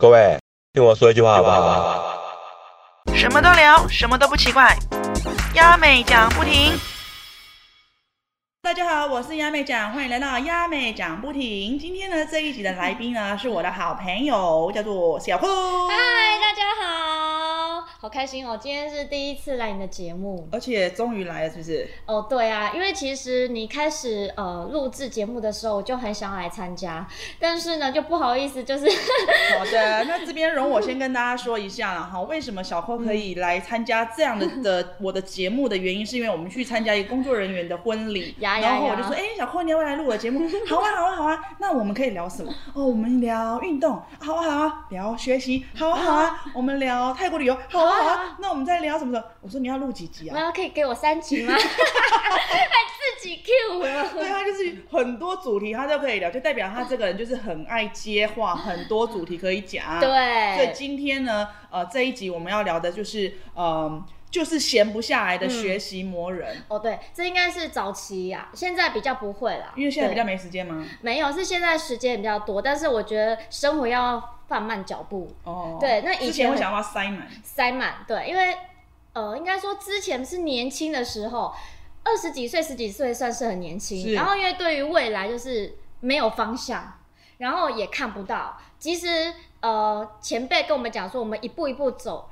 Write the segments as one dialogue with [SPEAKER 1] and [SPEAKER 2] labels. [SPEAKER 1] 各位，听我说一句话好不好？
[SPEAKER 2] 什么都聊，什么都不奇怪，亚美讲不停。大家好，我是亚美讲，欢迎来到亚美讲不停。今天呢，这一集的来宾呢是我的好朋友，叫做小坤。
[SPEAKER 3] 嗨，大家好，好开心哦！今天是第一次来你的节目
[SPEAKER 2] 而且终于来了，是不是？
[SPEAKER 3] 哦。对啊，因为其实你开始呃录制节目的时候，我就很想来参加，但是呢就不好意 思，就是
[SPEAKER 2] 好的，那这边容我先跟大家说一下了哈，为什么小坤可以来参加这样的
[SPEAKER 3] 嗯
[SPEAKER 2] 的我的节目的原因，是因为我们去参加一个工作人员的婚礼，
[SPEAKER 3] 呀呀
[SPEAKER 2] 然后
[SPEAKER 3] 呀
[SPEAKER 2] 我就说，哎、小坤你要不要来录我的节目？ 好啊，好啊，好啊，那我们可以聊什么？哦，我们聊运动，好啊，好啊，聊学习，好啊，好啊，我们聊泰国旅游，好啊，好
[SPEAKER 3] 好
[SPEAKER 2] 啊，那我们再聊什么什么？我说你要录几集 啊？
[SPEAKER 3] 那可以给我三 集吗？还自己 Q
[SPEAKER 2] 对
[SPEAKER 3] 我。
[SPEAKER 2] 他就是很多主题他都可以聊，就代表他这个人就是很爱接话，很多主题可以讲。啊所以
[SPEAKER 3] 对，
[SPEAKER 2] 今天呢，呃，这一集我们要聊的就是，呃，就是闲不下来的学习魔人，
[SPEAKER 3] 哦对，这应该是早期啊，现在比较不会啦，
[SPEAKER 2] 因为现在比较
[SPEAKER 3] 对
[SPEAKER 2] 没时间嘛。
[SPEAKER 3] 没有，是现在时间也比较多，但是我觉得生活要放慢脚步，
[SPEAKER 2] 哦，
[SPEAKER 3] 对那以前
[SPEAKER 2] 之前会想要把它塞满，
[SPEAKER 3] 塞满，对，因为呃，应该说之前是年轻的时候，二十几岁、十几岁算是很年
[SPEAKER 2] 是
[SPEAKER 3] 轻，然后因为对于未来就是没有方向，然后也看不到。其实呃，前辈跟我们讲说，我们一步一步走。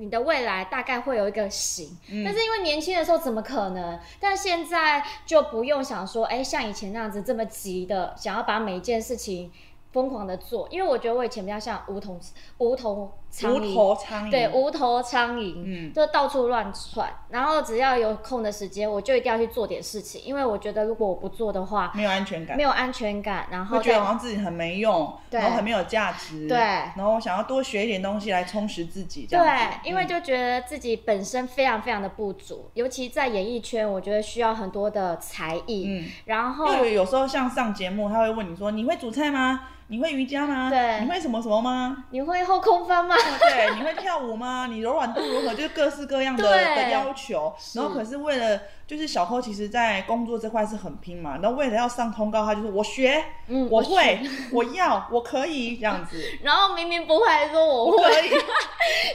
[SPEAKER 3] 你的未来大概会有一个形，
[SPEAKER 2] 嗯
[SPEAKER 3] 但是因为年轻的时候怎么可能？但现在就不用想说，哎、像以前那样子这么急的想要把每一件事情疯狂的做，因为我觉得我以前比较像无头无头苍
[SPEAKER 2] 无
[SPEAKER 3] 蝇，
[SPEAKER 2] 头苍蝇。
[SPEAKER 3] 对，无头苍蝇，
[SPEAKER 2] 嗯
[SPEAKER 3] 就到处乱窜。然后只要有空的时间，我就一定要去做点事情，因为我觉得如果我不做的话，
[SPEAKER 2] 没有安全感
[SPEAKER 3] 没，有安全感，然后
[SPEAKER 2] 嗯会觉得
[SPEAKER 3] 再
[SPEAKER 2] 好像自己很没用，
[SPEAKER 3] 对
[SPEAKER 2] 然后很没有价值，
[SPEAKER 3] 对
[SPEAKER 2] 然后想要多学一点东西来充实自己，这样子嗯
[SPEAKER 3] 对，因为就觉得自己本身非常非常的不足，尤其在演艺圈，我觉得需要很多的才艺，
[SPEAKER 2] 嗯。
[SPEAKER 3] 然后
[SPEAKER 2] 因为有时候像上节目，他会问你说：“你会煮菜吗？你会瑜伽吗？
[SPEAKER 3] 对
[SPEAKER 2] 你会什么什么吗？”
[SPEAKER 3] 你会后空翻吗？
[SPEAKER 2] 对，你会跳舞吗？你柔软度如何？就是各式各样的
[SPEAKER 3] 对
[SPEAKER 2] 的要求。然后可是为了，就是小扣其实在工作这块是很拼嘛，然后为了要上通告，他就是我学，
[SPEAKER 3] 嗯，
[SPEAKER 2] 我
[SPEAKER 3] 学。
[SPEAKER 2] 会， 我要，我可以这样子，
[SPEAKER 3] 然后明明不会，还说我
[SPEAKER 2] 我
[SPEAKER 3] 会，
[SPEAKER 2] 可以。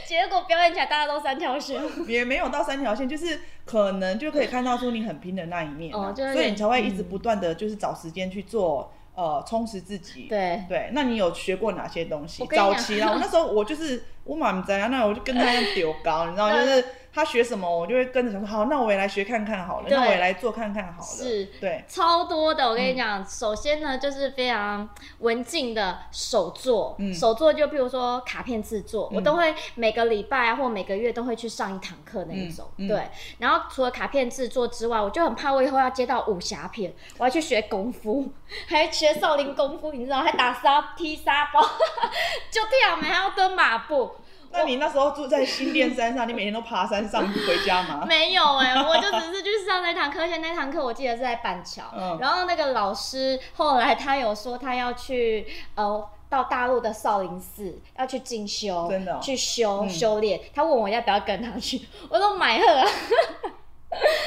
[SPEAKER 3] 结果表演起来大家都三 条线。
[SPEAKER 2] 也没有到三条线，就是可能就可以看到出你很拼的那一面啊、
[SPEAKER 3] 哦就是
[SPEAKER 2] 所以你才会一直不断的就是找时间去做、呃充实自己。
[SPEAKER 3] 对，
[SPEAKER 2] 对，那你有学过哪些东西
[SPEAKER 3] 我？跟你
[SPEAKER 2] 早
[SPEAKER 3] 讲
[SPEAKER 2] 期啊 啦，我那时候我就是我满在啊，那我就跟他一样丢高，你知道，就是他学什么，我就会跟着想说，好，那我也来学看看好了，
[SPEAKER 3] 对
[SPEAKER 2] 那我也来做看看好了。
[SPEAKER 3] 是
[SPEAKER 2] 对，
[SPEAKER 3] 超多的，我
[SPEAKER 2] 嗯
[SPEAKER 3] 跟你讲，首先呢就是非常文静的手作，
[SPEAKER 2] 嗯
[SPEAKER 3] 手作就譬如说卡片制作，
[SPEAKER 2] 嗯
[SPEAKER 3] 我都会每个礼拜啊或每个月都会去上一堂课那一种，
[SPEAKER 2] 嗯嗯
[SPEAKER 3] 对。然后除了卡片制作之外，我就很怕我以后要接到武侠片，我要去学功夫， 还学少林功夫，你知道，还打沙踢沙包， 就跳没，还要蹲马步，
[SPEAKER 2] 那你那时候住在新店山上，你每天都爬山上回家吗？
[SPEAKER 3] 没有哎、我就只是去上那堂课，而且那堂课我记得是在 板桥，
[SPEAKER 2] 嗯
[SPEAKER 3] 然后那个老师后来他有说他要去呃。到大陆的少林寺要去进修，
[SPEAKER 2] 真的哦
[SPEAKER 3] 去修、
[SPEAKER 2] 嗯
[SPEAKER 3] 修炼。他问我要不要跟他去， 我说买鹤啊，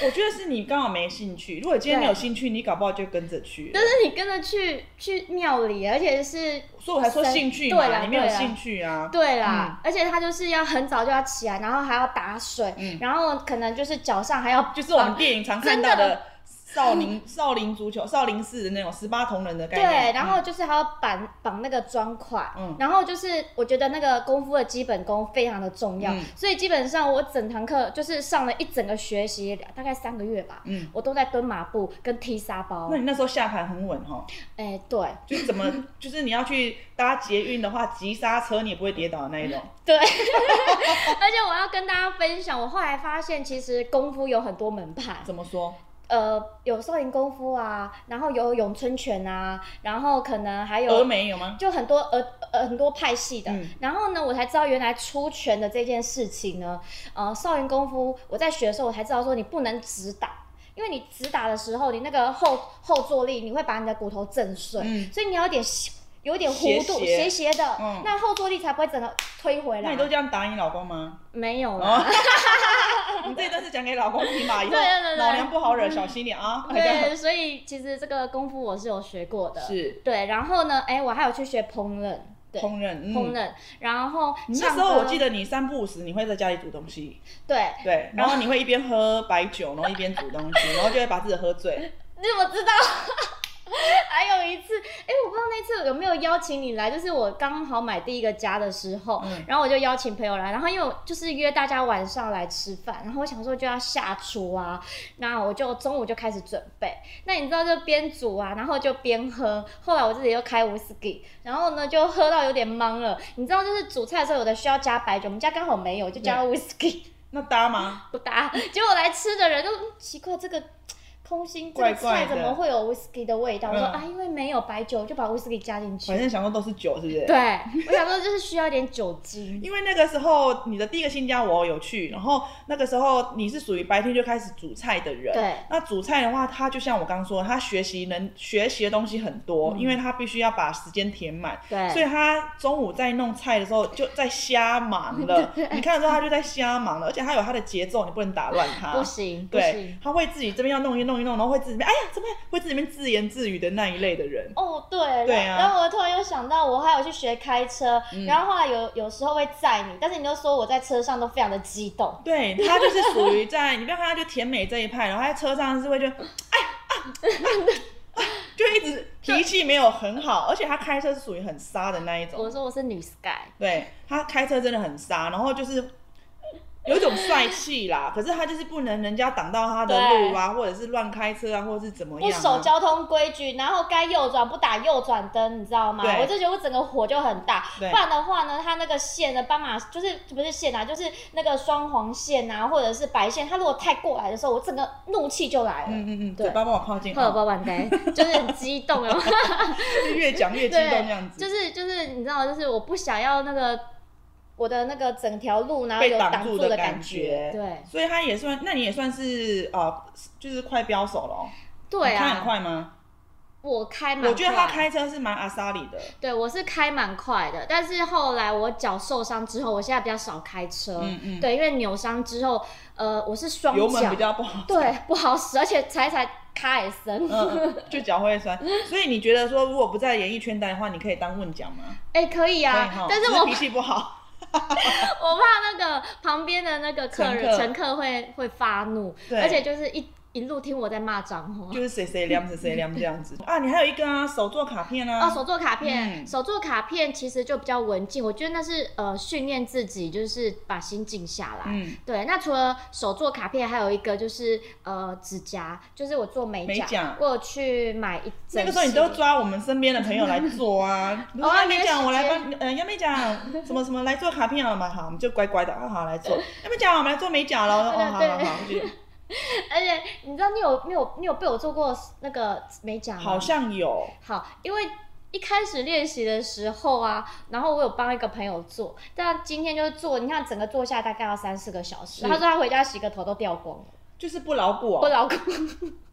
[SPEAKER 2] 我觉得是你刚好没兴趣。如果今天你
[SPEAKER 3] 对
[SPEAKER 2] 有兴趣，你搞不好就跟着去了。
[SPEAKER 3] 但是你跟着去去庙里，而且是
[SPEAKER 2] 所以我才说
[SPEAKER 3] 神
[SPEAKER 2] 兴趣
[SPEAKER 3] 对
[SPEAKER 2] 嘛，
[SPEAKER 3] 啦
[SPEAKER 2] 你没有
[SPEAKER 3] 对啦
[SPEAKER 2] 兴趣啊。
[SPEAKER 3] 对啦，而且他就是要很早就要起来，然后还要打水，
[SPEAKER 2] 嗯
[SPEAKER 3] 然后可能就是脚上还要
[SPEAKER 2] 就是我们电影常看
[SPEAKER 3] 真
[SPEAKER 2] 到
[SPEAKER 3] 的
[SPEAKER 2] 的少林少林足球、少林寺的那种十八铜人的概念。
[SPEAKER 3] 对，然后就是还要绑绑那个砖块，
[SPEAKER 2] 嗯
[SPEAKER 3] 然后就是我觉得那个功夫的基本功非常的重要，
[SPEAKER 2] 嗯
[SPEAKER 3] 所以基本上我整堂课就是上了一整个学习，大概三个月吧，
[SPEAKER 2] 嗯，嗯
[SPEAKER 3] 我都在蹲马步跟踢沙包
[SPEAKER 2] 那，你那时候下盘很稳哈，
[SPEAKER 3] 哎，对
[SPEAKER 2] 就是怎么， 就是你要去搭捷运的话，急刹车你也不会跌倒的那 一种。
[SPEAKER 3] 对，而且我要跟大家分享，我后来发现其实功夫有很多门派，
[SPEAKER 2] 怎么说？
[SPEAKER 3] 呃，有少林功夫啊，然后有咏春拳啊，然后可能还有
[SPEAKER 2] 峨眉有吗？
[SPEAKER 3] 就很多呃呃很多派系的。
[SPEAKER 2] 嗯
[SPEAKER 3] 然后呢，我才知道原来出拳的这件事情呢，呃，少林功夫我在学的时候，我才知道说你不能直打。因为你直打的时候，你那个后后坐力，你会把你的骨头震碎，
[SPEAKER 2] 嗯
[SPEAKER 3] 所以你要有点斜有点
[SPEAKER 2] 斜
[SPEAKER 3] 弧度，
[SPEAKER 2] 斜
[SPEAKER 3] 斜斜的，
[SPEAKER 2] 嗯
[SPEAKER 3] 那后坐力才不会整个推回
[SPEAKER 2] 那
[SPEAKER 3] 来
[SPEAKER 2] 你都。这样打你老公吗？
[SPEAKER 3] 没有
[SPEAKER 2] 哦，
[SPEAKER 3] 啦，
[SPEAKER 2] 你这一段是讲给老公听吧，以后
[SPEAKER 3] 对啊对对嗯
[SPEAKER 2] 老娘不好惹，小心点啊。
[SPEAKER 3] 对，所以其实这个功夫我是有学过的，
[SPEAKER 2] 是
[SPEAKER 3] 对。然后呢，哎，我还有去学烹饪，对
[SPEAKER 2] 烹饪，嗯
[SPEAKER 3] 烹。饪，然后
[SPEAKER 2] 你那
[SPEAKER 3] 唱
[SPEAKER 2] 时候
[SPEAKER 3] 歌
[SPEAKER 2] 我记得你三不五时你会在家里煮东西，
[SPEAKER 3] 对，
[SPEAKER 2] 对，然后你会一边喝白酒，然后一边煮东西，然后就会把自己喝醉。
[SPEAKER 3] 你怎么知道？ 还有一次，哎、我不知道那次有没有邀请你来，就是我刚好买第一个家的时候，
[SPEAKER 2] 嗯
[SPEAKER 3] 然后我就邀请朋友来，然后因为我就是约大家晚上来吃饭，然后我想说就要下厨啊，那我就中午就开始准备，那你知道就边煮啊，然后就边喝，后来我自己又开 whisky，然后呢就喝到有点懵了，你知道就是煮菜的时候有的需要加白酒，我们家刚好没有，就加 whisky。
[SPEAKER 2] 那搭 吗？
[SPEAKER 3] 不搭。结果来吃的人都嗯奇怪，这个空心这个
[SPEAKER 2] 怪怪
[SPEAKER 3] 菜
[SPEAKER 2] 的
[SPEAKER 3] 怎么会有 whisky 的味道？我说
[SPEAKER 2] 嗯
[SPEAKER 3] 啊，因为没有白酒，就把 whisky 加进去
[SPEAKER 2] 反。正想说都是酒，是不是？
[SPEAKER 3] 对，我想说就是需要一点酒精。
[SPEAKER 2] 因为那个时候你的第一个新家我有去，然后那个时候你是属于白天就开始煮菜的人。
[SPEAKER 3] 对
[SPEAKER 2] 那煮菜的话，他就像我刚说，他学习能学习的东西很多，因为他必须要把时间填满。
[SPEAKER 3] 嗯对
[SPEAKER 2] 所以他中午在弄菜的时候就在瞎忙 了，你看得到他就在瞎忙了，而且他有他的节奏，你不能打乱他。
[SPEAKER 3] 不行不
[SPEAKER 2] 啊对
[SPEAKER 3] 行，。
[SPEAKER 2] 他会自己这边要弄一弄一弄，然后会自己这边哎呀怎么样会自己这边自言自语的那一类的人。
[SPEAKER 3] 哦，对，
[SPEAKER 2] 对
[SPEAKER 3] 然
[SPEAKER 2] 啊嗯
[SPEAKER 3] 然后我突然又想到，我还有去学开车，然后后来有有时候会载你，但是你都说我在车上都非常的激动，
[SPEAKER 2] 对他就是属于在，你不要看他就甜美这一派，然后他在车上是会就，哎啊啊，就一直脾气没有很好，而且他开车是属于很沙的那一
[SPEAKER 3] 我
[SPEAKER 2] 种，
[SPEAKER 3] 说我是女 sky，
[SPEAKER 2] 对他开车真的很沙，然后就是。有一种帅气啦，可是他就是不能人家挡到他的路啊，或者是乱开车啊，或者是怎么样、
[SPEAKER 3] 不
[SPEAKER 2] 啊。
[SPEAKER 3] 守交通规矩，然后该右转不打右转灯，你知道吗？
[SPEAKER 2] 对
[SPEAKER 3] 我就觉得我整个火就很大。不
[SPEAKER 2] 对
[SPEAKER 3] 然的话呢，它那个线呢，斑马就是不是线啊，就是那个双黄线啊，或者是白线，它如果太过来的时候，我整个怒气就来了。
[SPEAKER 2] 嗯嗯嗯，
[SPEAKER 3] 对
[SPEAKER 2] 嘴巴帮我靠近，哦
[SPEAKER 3] 会有包板 呆，就是很激动哦，
[SPEAKER 2] 就越讲越激动这样子。
[SPEAKER 3] 就是就是你知道，就是我不想要那个我的那个整条路，然后
[SPEAKER 2] 被
[SPEAKER 3] 有
[SPEAKER 2] 挡
[SPEAKER 3] 挡
[SPEAKER 2] 住
[SPEAKER 3] 住
[SPEAKER 2] 的
[SPEAKER 3] 的
[SPEAKER 2] 感觉，
[SPEAKER 3] 觉对
[SPEAKER 2] 所以他也算，那你也算是呃，就是快飙手了哦。
[SPEAKER 3] 对
[SPEAKER 2] 你开很
[SPEAKER 3] 啊，
[SPEAKER 2] 快吗？
[SPEAKER 3] 我开蛮快，
[SPEAKER 2] 我觉得他开车是蛮阿莎里的，
[SPEAKER 3] 对，我是开蛮快的，但是后来我脚受伤之后，我现在比较少开车。
[SPEAKER 2] 嗯嗯
[SPEAKER 3] 对，因为扭伤之后，呃，我是双
[SPEAKER 2] 油门
[SPEAKER 3] 脚
[SPEAKER 2] 比，较不好，
[SPEAKER 3] 对，不好使，而且踩一踩卡也深。哎、
[SPEAKER 2] 嗯，嗯就脚会酸。所以你觉得说，如果不在演艺圈待的话，你可以当问讲吗？
[SPEAKER 3] 可以
[SPEAKER 2] 可以
[SPEAKER 3] 啊
[SPEAKER 2] 哈，
[SPEAKER 3] 但是
[SPEAKER 2] 只
[SPEAKER 3] 我
[SPEAKER 2] 脾气不好，
[SPEAKER 3] 我怕那个旁边的那个客人
[SPEAKER 2] 乘客
[SPEAKER 3] 乘客会会发怒，
[SPEAKER 2] 对
[SPEAKER 3] 而且就是一一路听我在骂脏话。
[SPEAKER 2] 就是谁谁凉谁谁凉这样子啊。你还有一个啊，手做卡片啊，
[SPEAKER 3] 哦，手作卡片，
[SPEAKER 2] 嗯
[SPEAKER 3] 手作卡片其实就比较文静，我觉得那是呃训练自己，就是把心静下来。
[SPEAKER 2] 嗯，
[SPEAKER 3] 对，那除了手做卡片，还有一个就是呃指甲，就是我做美甲，
[SPEAKER 2] 美甲
[SPEAKER 3] 我有去买一整
[SPEAKER 2] 那个时候你都
[SPEAKER 3] 系
[SPEAKER 2] 抓我们身边的朋友来做啊。
[SPEAKER 3] 哦
[SPEAKER 2] 杨梅
[SPEAKER 3] 没时
[SPEAKER 2] 讲，我来
[SPEAKER 3] 间
[SPEAKER 2] 帮，呃，杨梅讲什么什么来做卡片啊嘛，好，我们就乖乖的啊，好来做。杨梅讲，我们来做美甲了，哦，
[SPEAKER 3] 对
[SPEAKER 2] 好
[SPEAKER 3] 对
[SPEAKER 2] 好好，就
[SPEAKER 3] 而且你知道你有你有你有被我做过那个美甲吗？
[SPEAKER 2] 好像有，
[SPEAKER 3] 好，因为一开始练习的时候啊，然后我有帮一个朋友做，但今天就是做，你看整个做下大概要三四个小
[SPEAKER 2] 是
[SPEAKER 3] 时，他说他回家洗个头都掉光了，
[SPEAKER 2] 就是不牢固
[SPEAKER 3] 我
[SPEAKER 2] 哦，
[SPEAKER 3] 老公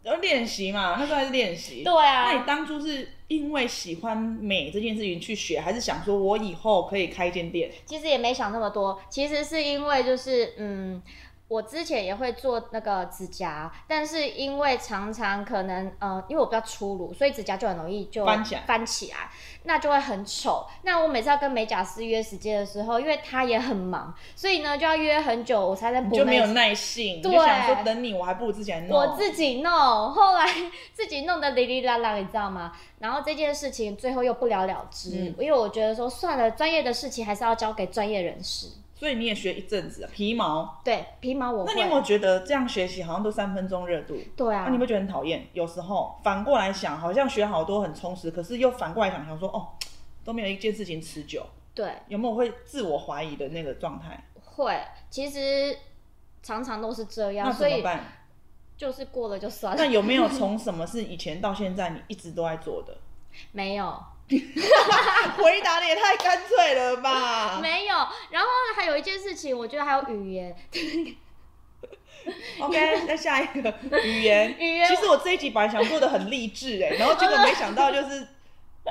[SPEAKER 2] 要练习嘛，那时候还是练习。
[SPEAKER 3] 对啊，
[SPEAKER 2] 那你当初是因为喜欢美这件事情去学，还是想说我以后可以开一间店？
[SPEAKER 3] 其实也没想那么多，其实是因为就是嗯。我之前也会做那个指甲，但是因为常常可能呃，因为我比较粗鲁，所以指甲就很容易就
[SPEAKER 2] 翻起来
[SPEAKER 3] 翻起来，那就会很丑。那我每次要跟美甲师约时间的时候，因为他也很忙，所以呢就要约很久，我才能
[SPEAKER 2] 你
[SPEAKER 3] 补
[SPEAKER 2] 就
[SPEAKER 3] 那
[SPEAKER 2] 没有
[SPEAKER 3] 一次
[SPEAKER 2] 耐性，你
[SPEAKER 3] 对
[SPEAKER 2] 就想说等你，我还不如自己来弄。
[SPEAKER 3] 我自己弄，后来 自己弄得哩哩啦啦，你知道吗？然后这件事情最后又不了了之，
[SPEAKER 2] 嗯
[SPEAKER 3] 因为我觉得说算了，专业的事情还是要交给专业人士。
[SPEAKER 2] 所以你也学一阵子、啊、皮毛。
[SPEAKER 3] 对，皮毛我会。
[SPEAKER 2] 那你有没有觉得这样学习好像都三分钟热度？
[SPEAKER 3] 对
[SPEAKER 2] 那、
[SPEAKER 3] 啊，
[SPEAKER 2] 你会觉得很讨厌？有时候反过来想，好像学好多很充实，可是又反过来想，想说哦，都没有一件事情持久，
[SPEAKER 3] 对
[SPEAKER 2] 有没有会自我怀疑的那个状态？
[SPEAKER 3] 会，其实常常都是这样，
[SPEAKER 2] 那
[SPEAKER 3] 所
[SPEAKER 2] 怎么
[SPEAKER 3] 以
[SPEAKER 2] 办？
[SPEAKER 3] 就是过了就算
[SPEAKER 2] 那
[SPEAKER 3] 了。
[SPEAKER 2] 有没有从什么是以前到现在你一直都在做 的？
[SPEAKER 3] 没有，
[SPEAKER 2] 啊回答的也太干脆了吧！
[SPEAKER 3] 没有。然后还有一件事情，我觉得还有语言，
[SPEAKER 2] 嗯 OK，那下一个语言，
[SPEAKER 3] 语
[SPEAKER 2] 欸
[SPEAKER 3] 言
[SPEAKER 2] 其实我这一集本来想做的很励志哎、然后结果没想到就是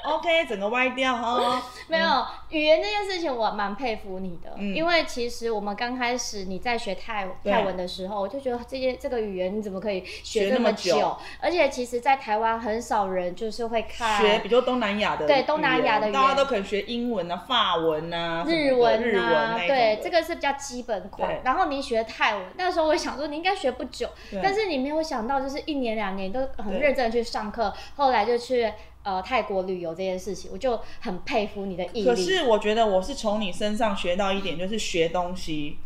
[SPEAKER 2] OK，整个歪掉哦哈。
[SPEAKER 3] 没有语言这件事情，我蛮佩服你的，
[SPEAKER 2] 嗯
[SPEAKER 3] 因为其实我们刚开始你在学泰
[SPEAKER 2] 对啊
[SPEAKER 3] 泰文的时候，我就觉得这件这个语言你怎么可以
[SPEAKER 2] 学
[SPEAKER 3] 学
[SPEAKER 2] 那
[SPEAKER 3] 这
[SPEAKER 2] 么
[SPEAKER 3] 么
[SPEAKER 2] 久
[SPEAKER 3] 而且其实，在台湾很少人就是会看
[SPEAKER 2] 学比如说东南亚的语言，
[SPEAKER 3] 对东南亚的语言
[SPEAKER 2] 大家都可能学英文啊、法文啊、
[SPEAKER 3] 日
[SPEAKER 2] 文、
[SPEAKER 3] 文
[SPEAKER 2] 日
[SPEAKER 3] 啊，
[SPEAKER 2] 那一种的
[SPEAKER 3] 对，这个是比较基本
[SPEAKER 2] 对
[SPEAKER 3] 款。然后你学泰文，那时候我想说你应该学不久，
[SPEAKER 2] 对
[SPEAKER 3] 但是你没有想到，就是一年两年都很
[SPEAKER 2] 对
[SPEAKER 3] 认真的去上课，后来就去呃泰国旅游这件事情，我就很佩服你的毅力。
[SPEAKER 2] 可是我觉得我是从你身上学到一点，就是学东西。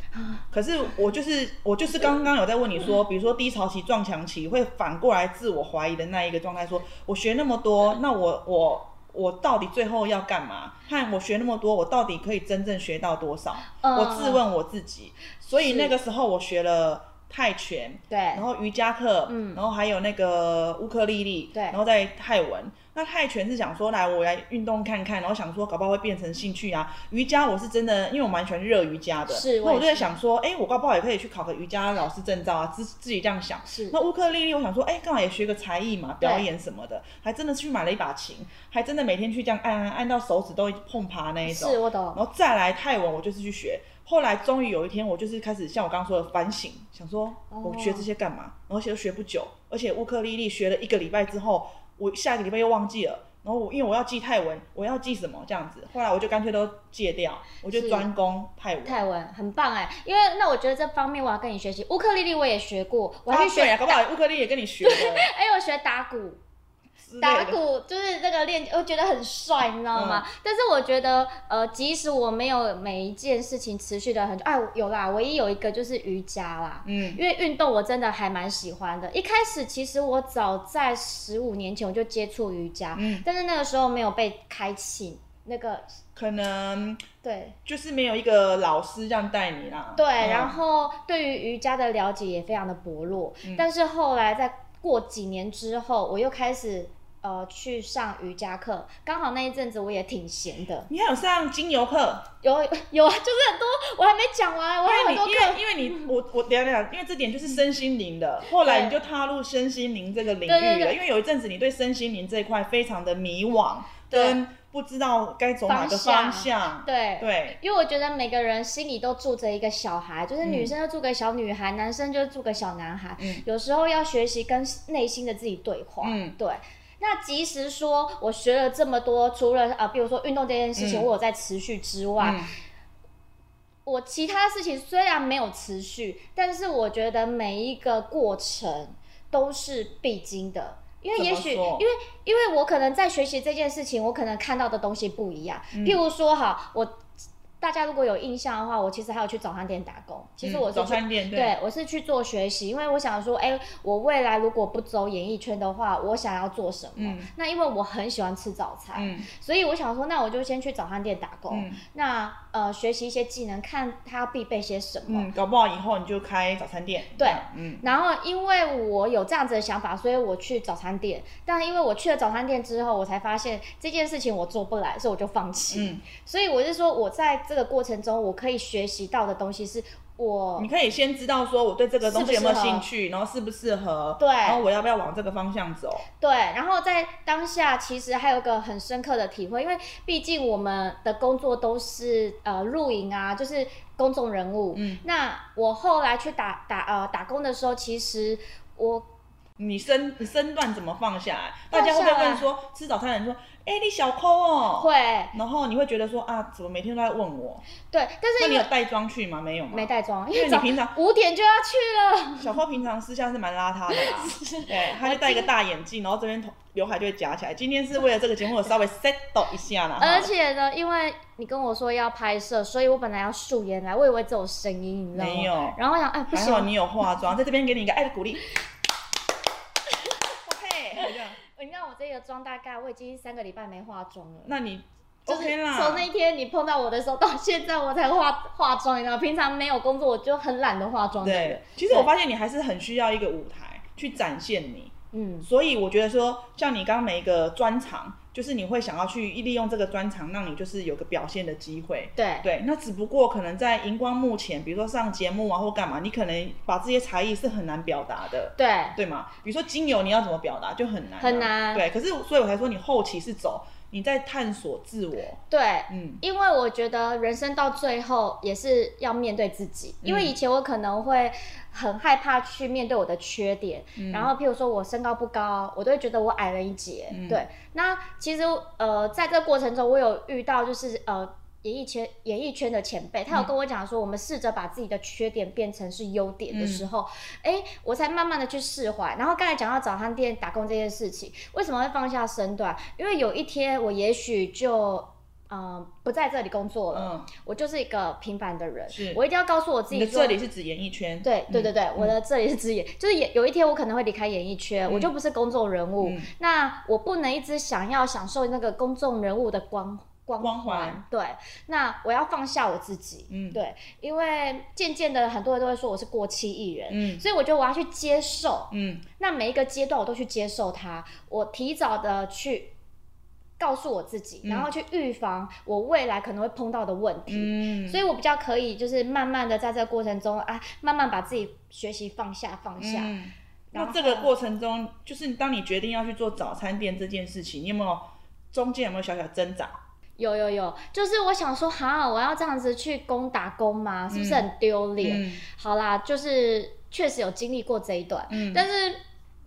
[SPEAKER 2] 可是我就是我就是刚刚有在问你说，
[SPEAKER 3] 嗯
[SPEAKER 2] 比如说低潮期、撞墙期，会反过来自我怀疑的那一个状态，说我学那么多，
[SPEAKER 3] 嗯
[SPEAKER 2] 那我我我到底最后要干嘛？看我学那么多，我到底可以真正学到多少？
[SPEAKER 3] 嗯
[SPEAKER 2] 我自问我自己。所以
[SPEAKER 3] 是
[SPEAKER 2] 那个时候我学了泰拳，
[SPEAKER 3] 对，
[SPEAKER 2] 然后瑜伽课，
[SPEAKER 3] 嗯
[SPEAKER 2] 然后还有那个乌克丽丽，
[SPEAKER 3] 对
[SPEAKER 2] 然后在泰文。那泰拳是想说，来我来运动看看，然后想说搞不好会变成兴趣啊。瑜伽我是真的，因为我蛮喜欢热瑜伽的，
[SPEAKER 3] 是
[SPEAKER 2] 那我
[SPEAKER 3] 我
[SPEAKER 2] 就
[SPEAKER 3] 也
[SPEAKER 2] 在
[SPEAKER 3] 是
[SPEAKER 2] 想说，哎、我搞不好也可以去考个瑜伽老师证照啊，自自己这样想。
[SPEAKER 3] 是
[SPEAKER 2] 那乌克丽丽，我想说，哎、刚好也学个才艺嘛，
[SPEAKER 3] 对
[SPEAKER 2] 表演什么的，还真的去买了一把琴，还真的每天去这样按按按到手指都碰爬那一种。
[SPEAKER 3] 是我
[SPEAKER 2] 然
[SPEAKER 3] 懂，
[SPEAKER 2] 后再来泰文，我就是去学。后来终于有一天，我就是开始像我刚刚说的反省，想说
[SPEAKER 3] 哦
[SPEAKER 2] 我学这些干嘛？然后学都学不久，而且乌克丽丽学了一个礼拜之后，我下一个礼拜又忘记了。然后我因为我要记泰文，我要记什么这样子，后来我就干脆都戒掉，我就是专攻泰文。
[SPEAKER 3] 泰文很棒哎，因为那我觉得这方面我要跟你学习。乌克丽丽我也学过，我
[SPEAKER 2] 啊
[SPEAKER 3] 还去
[SPEAKER 2] 对
[SPEAKER 3] 学
[SPEAKER 2] 啊，搞不好乌克丽丽也跟你 学的
[SPEAKER 3] 哎，我学打鼓。
[SPEAKER 2] 之类的。嗯
[SPEAKER 3] 打鼓就是那个练，我觉得很帅，你知道吗？但是我觉得，呃，即使我没有每一件事情持续的很久，哎，有啦，唯一有一个就是瑜伽啦，
[SPEAKER 2] 嗯，
[SPEAKER 3] 因为运动我真的还蛮喜欢的。一开始其实我早在十五年前我就接触瑜伽，
[SPEAKER 2] 嗯
[SPEAKER 3] 但是那个时候没有被开启那个
[SPEAKER 2] 可能
[SPEAKER 3] 对。
[SPEAKER 2] 就是没有一个老师这样带你啦。
[SPEAKER 3] 对，
[SPEAKER 2] 嗯
[SPEAKER 3] 然后对于瑜伽的了解也非常的薄弱，
[SPEAKER 2] 嗯
[SPEAKER 3] 但是后来在过几年之后，我又开始呃去上瑜伽课，刚好那一阵子我也挺闲的，
[SPEAKER 2] 你还有上精油课，
[SPEAKER 3] 有有啊，就是很多我还没讲完，我还有
[SPEAKER 2] 因为
[SPEAKER 3] 很
[SPEAKER 2] 你
[SPEAKER 3] 多
[SPEAKER 2] 因
[SPEAKER 3] 课
[SPEAKER 2] 为。因为你我我等一下等一下，因为这点就是身心灵的，后来你就踏入身心灵这个领域了，
[SPEAKER 3] 嗯对对对
[SPEAKER 2] 因为有一阵子你对身心灵这一块非常的迷惘，
[SPEAKER 3] 对
[SPEAKER 2] 跟不知道该走哪个方
[SPEAKER 3] 方向
[SPEAKER 2] 向，
[SPEAKER 3] 对，
[SPEAKER 2] 对
[SPEAKER 3] 因为我觉得每个人心里都住着一个小孩，就是女生就住个小女孩，男生就住个小男孩。
[SPEAKER 2] 嗯
[SPEAKER 3] 有时候要学习跟内心的自己对话。
[SPEAKER 2] 嗯
[SPEAKER 3] 对。那即使说我学了这么多，除了啊，比如说运动这件事情，
[SPEAKER 2] 嗯
[SPEAKER 3] 我有在持续之外，
[SPEAKER 2] 嗯
[SPEAKER 3] 我其他事情虽然没有持续，但是我觉得每一个过程都是必经的。因为也许，
[SPEAKER 2] 怎
[SPEAKER 3] 因
[SPEAKER 2] 么说
[SPEAKER 3] 为因为我可能在学习这件事情，我可能看到的东西不一样。
[SPEAKER 2] 嗯
[SPEAKER 3] 譬如说，哈，我大家如果有印象的话，我其实还有去早餐店打工。其实
[SPEAKER 2] 嗯
[SPEAKER 3] 我是
[SPEAKER 2] 早
[SPEAKER 3] 去、
[SPEAKER 2] 餐店
[SPEAKER 3] 对我是去做学习，因为我想说，哎、我未来如果不走演艺圈的话，我想要做什么？
[SPEAKER 2] 嗯
[SPEAKER 3] 那因为我很喜欢吃早餐，
[SPEAKER 2] 嗯
[SPEAKER 3] 所以我想说，那我就先去早餐店打工。
[SPEAKER 2] 嗯
[SPEAKER 3] 那呃，学习一些技能，看他必备些什么。
[SPEAKER 2] 嗯，搞不好以后你就开早餐店，
[SPEAKER 3] 对
[SPEAKER 2] 这样嗯
[SPEAKER 3] 然后，因为我有这样子的想法，所以我去早餐店。但因为我去了早餐店之后，我才发现这件事情我做不来，所以我就放弃。
[SPEAKER 2] 嗯，
[SPEAKER 3] 所以我是说，我在这个过程中，我可以学习到的东西是我
[SPEAKER 2] 你可以先知道说我对这个东西有没有
[SPEAKER 3] 哦适不适合
[SPEAKER 2] 兴趣，然后适不适合，
[SPEAKER 3] 对
[SPEAKER 2] 然后我要不要往这个方向走，
[SPEAKER 3] 对，然后在当下其实还有个很深刻的体会，因为毕竟我们的工作都是呃露营啊，就是公众人物。
[SPEAKER 2] 嗯，
[SPEAKER 3] 那我后来去打打呃打工的时候，其实我
[SPEAKER 2] 你身你身段怎么放下来？大
[SPEAKER 3] 放
[SPEAKER 2] 家会不
[SPEAKER 3] 下
[SPEAKER 2] 会问
[SPEAKER 3] 来
[SPEAKER 2] 说吃早餐的人说，哎、你小抠哦、
[SPEAKER 3] 会
[SPEAKER 2] 然后你会觉得说啊，怎么每天都在问我？
[SPEAKER 3] 对，但
[SPEAKER 2] 那
[SPEAKER 3] 是
[SPEAKER 2] 你
[SPEAKER 3] 因
[SPEAKER 2] 有
[SPEAKER 3] 为
[SPEAKER 2] 带妆去吗？没有吗？
[SPEAKER 3] 没。带妆，
[SPEAKER 2] 因为你
[SPEAKER 3] 早
[SPEAKER 2] 平 常
[SPEAKER 3] 五点就要去 了。
[SPEAKER 2] 小抠平常私下是蛮邋遢的啦， 对，他就戴一个大眼镜，然后这边头刘海就会夹起来。今天是为了这个节目，我稍微 settle 一下啦。
[SPEAKER 3] 而
[SPEAKER 2] 哈
[SPEAKER 3] 且呢，因为你跟我说要拍摄，所以我本来要素颜来，我以为只有声音，你知道吗？
[SPEAKER 2] 没有
[SPEAKER 3] 然后我想，哎，不
[SPEAKER 2] 还好你
[SPEAKER 3] 行，
[SPEAKER 2] 有化妆，在这边给你一个爱的鼓励。OK，这样
[SPEAKER 3] 你看我这个妆大概我已经三个礼拜没化妆了。
[SPEAKER 2] 那你
[SPEAKER 3] 就是
[SPEAKER 2] OK 啦。
[SPEAKER 3] 从那一天你碰到我的时候到现在，我才化化妆，你知道，平常没有工作我就很懒得化妆的人
[SPEAKER 2] 对，其实我发现你还是很需要一个舞台去展现你。
[SPEAKER 3] 嗯，
[SPEAKER 2] 所以我觉得说，像你刚刚每一个专长，就是你会想要去利用这个专长，让你就是有个表现的机会。
[SPEAKER 3] 对，
[SPEAKER 2] 对，那只不过可能在荧光幕前，比如说上节目啊或干嘛，你可能把这些才艺是很难表达的，
[SPEAKER 3] 对，
[SPEAKER 2] 对吗？比如说精油，你要怎么表达就很难啊、
[SPEAKER 3] 很难
[SPEAKER 2] 对，可是所以我才说你后期是走你在探索自我，
[SPEAKER 3] 对，
[SPEAKER 2] 嗯
[SPEAKER 3] 因为我觉得人生到最后也是要面对自己，因为以前我可能会很害怕去面对我的缺点，
[SPEAKER 2] 嗯
[SPEAKER 3] 然后譬如说我身高不高，我都会觉得我矮了一截。
[SPEAKER 2] 嗯
[SPEAKER 3] 对，那其实呃，在这个过程中，我有遇到就是呃。演艺圈演艺圈的前辈，
[SPEAKER 2] 嗯
[SPEAKER 3] 他有跟我讲说，我们试着把自己的缺点变成是优点的时
[SPEAKER 2] 嗯
[SPEAKER 3] 候，哎、我才慢慢的去释怀。然后刚才讲到早餐店打工这件事情，为什么会放下身段？因为有一天我也许就呃不在这里工作了，
[SPEAKER 2] 嗯，
[SPEAKER 3] 我就是一个平凡的人
[SPEAKER 2] 是，
[SPEAKER 3] 我一定要告诉我自
[SPEAKER 2] 你
[SPEAKER 3] 己
[SPEAKER 2] 的
[SPEAKER 3] 说，
[SPEAKER 2] 这里是指演艺圈，
[SPEAKER 3] 对对对对，
[SPEAKER 2] 嗯
[SPEAKER 3] 我的这里是职业， 就是也有一天我可能会离开演艺圈，
[SPEAKER 2] 嗯
[SPEAKER 3] 我就不是公众人物，
[SPEAKER 2] 嗯
[SPEAKER 3] 那我不能一直想要享受那个公众人物的光光
[SPEAKER 2] 光环
[SPEAKER 3] 对，那我要放下我自己，
[SPEAKER 2] 嗯
[SPEAKER 3] 对，因为渐渐的很多人都会说我是过气艺人，
[SPEAKER 2] 嗯
[SPEAKER 3] 所以我觉得我要去接受，
[SPEAKER 2] 嗯
[SPEAKER 3] 那每一个阶段我都去接受它，我提早的去。告诉我自己，
[SPEAKER 2] 嗯
[SPEAKER 3] 然后去预防我未来可能会碰到的问题。
[SPEAKER 2] 嗯，
[SPEAKER 3] 所以我比较可以就是慢慢的在这个过程中啊，慢慢把自己学习放下放下。
[SPEAKER 2] 嗯
[SPEAKER 3] 然后
[SPEAKER 2] 那这个过程中，就是当你决定要去做早餐店这件事情，你有没有中间有没有小小挣扎？
[SPEAKER 3] 有有有，就是我想说，哈，我要这样子去工打工吗？是不是
[SPEAKER 2] 嗯
[SPEAKER 3] 很丢脸？
[SPEAKER 2] 嗯
[SPEAKER 3] 好啦，就是确实有经历过这一段，
[SPEAKER 2] 嗯，
[SPEAKER 3] 但是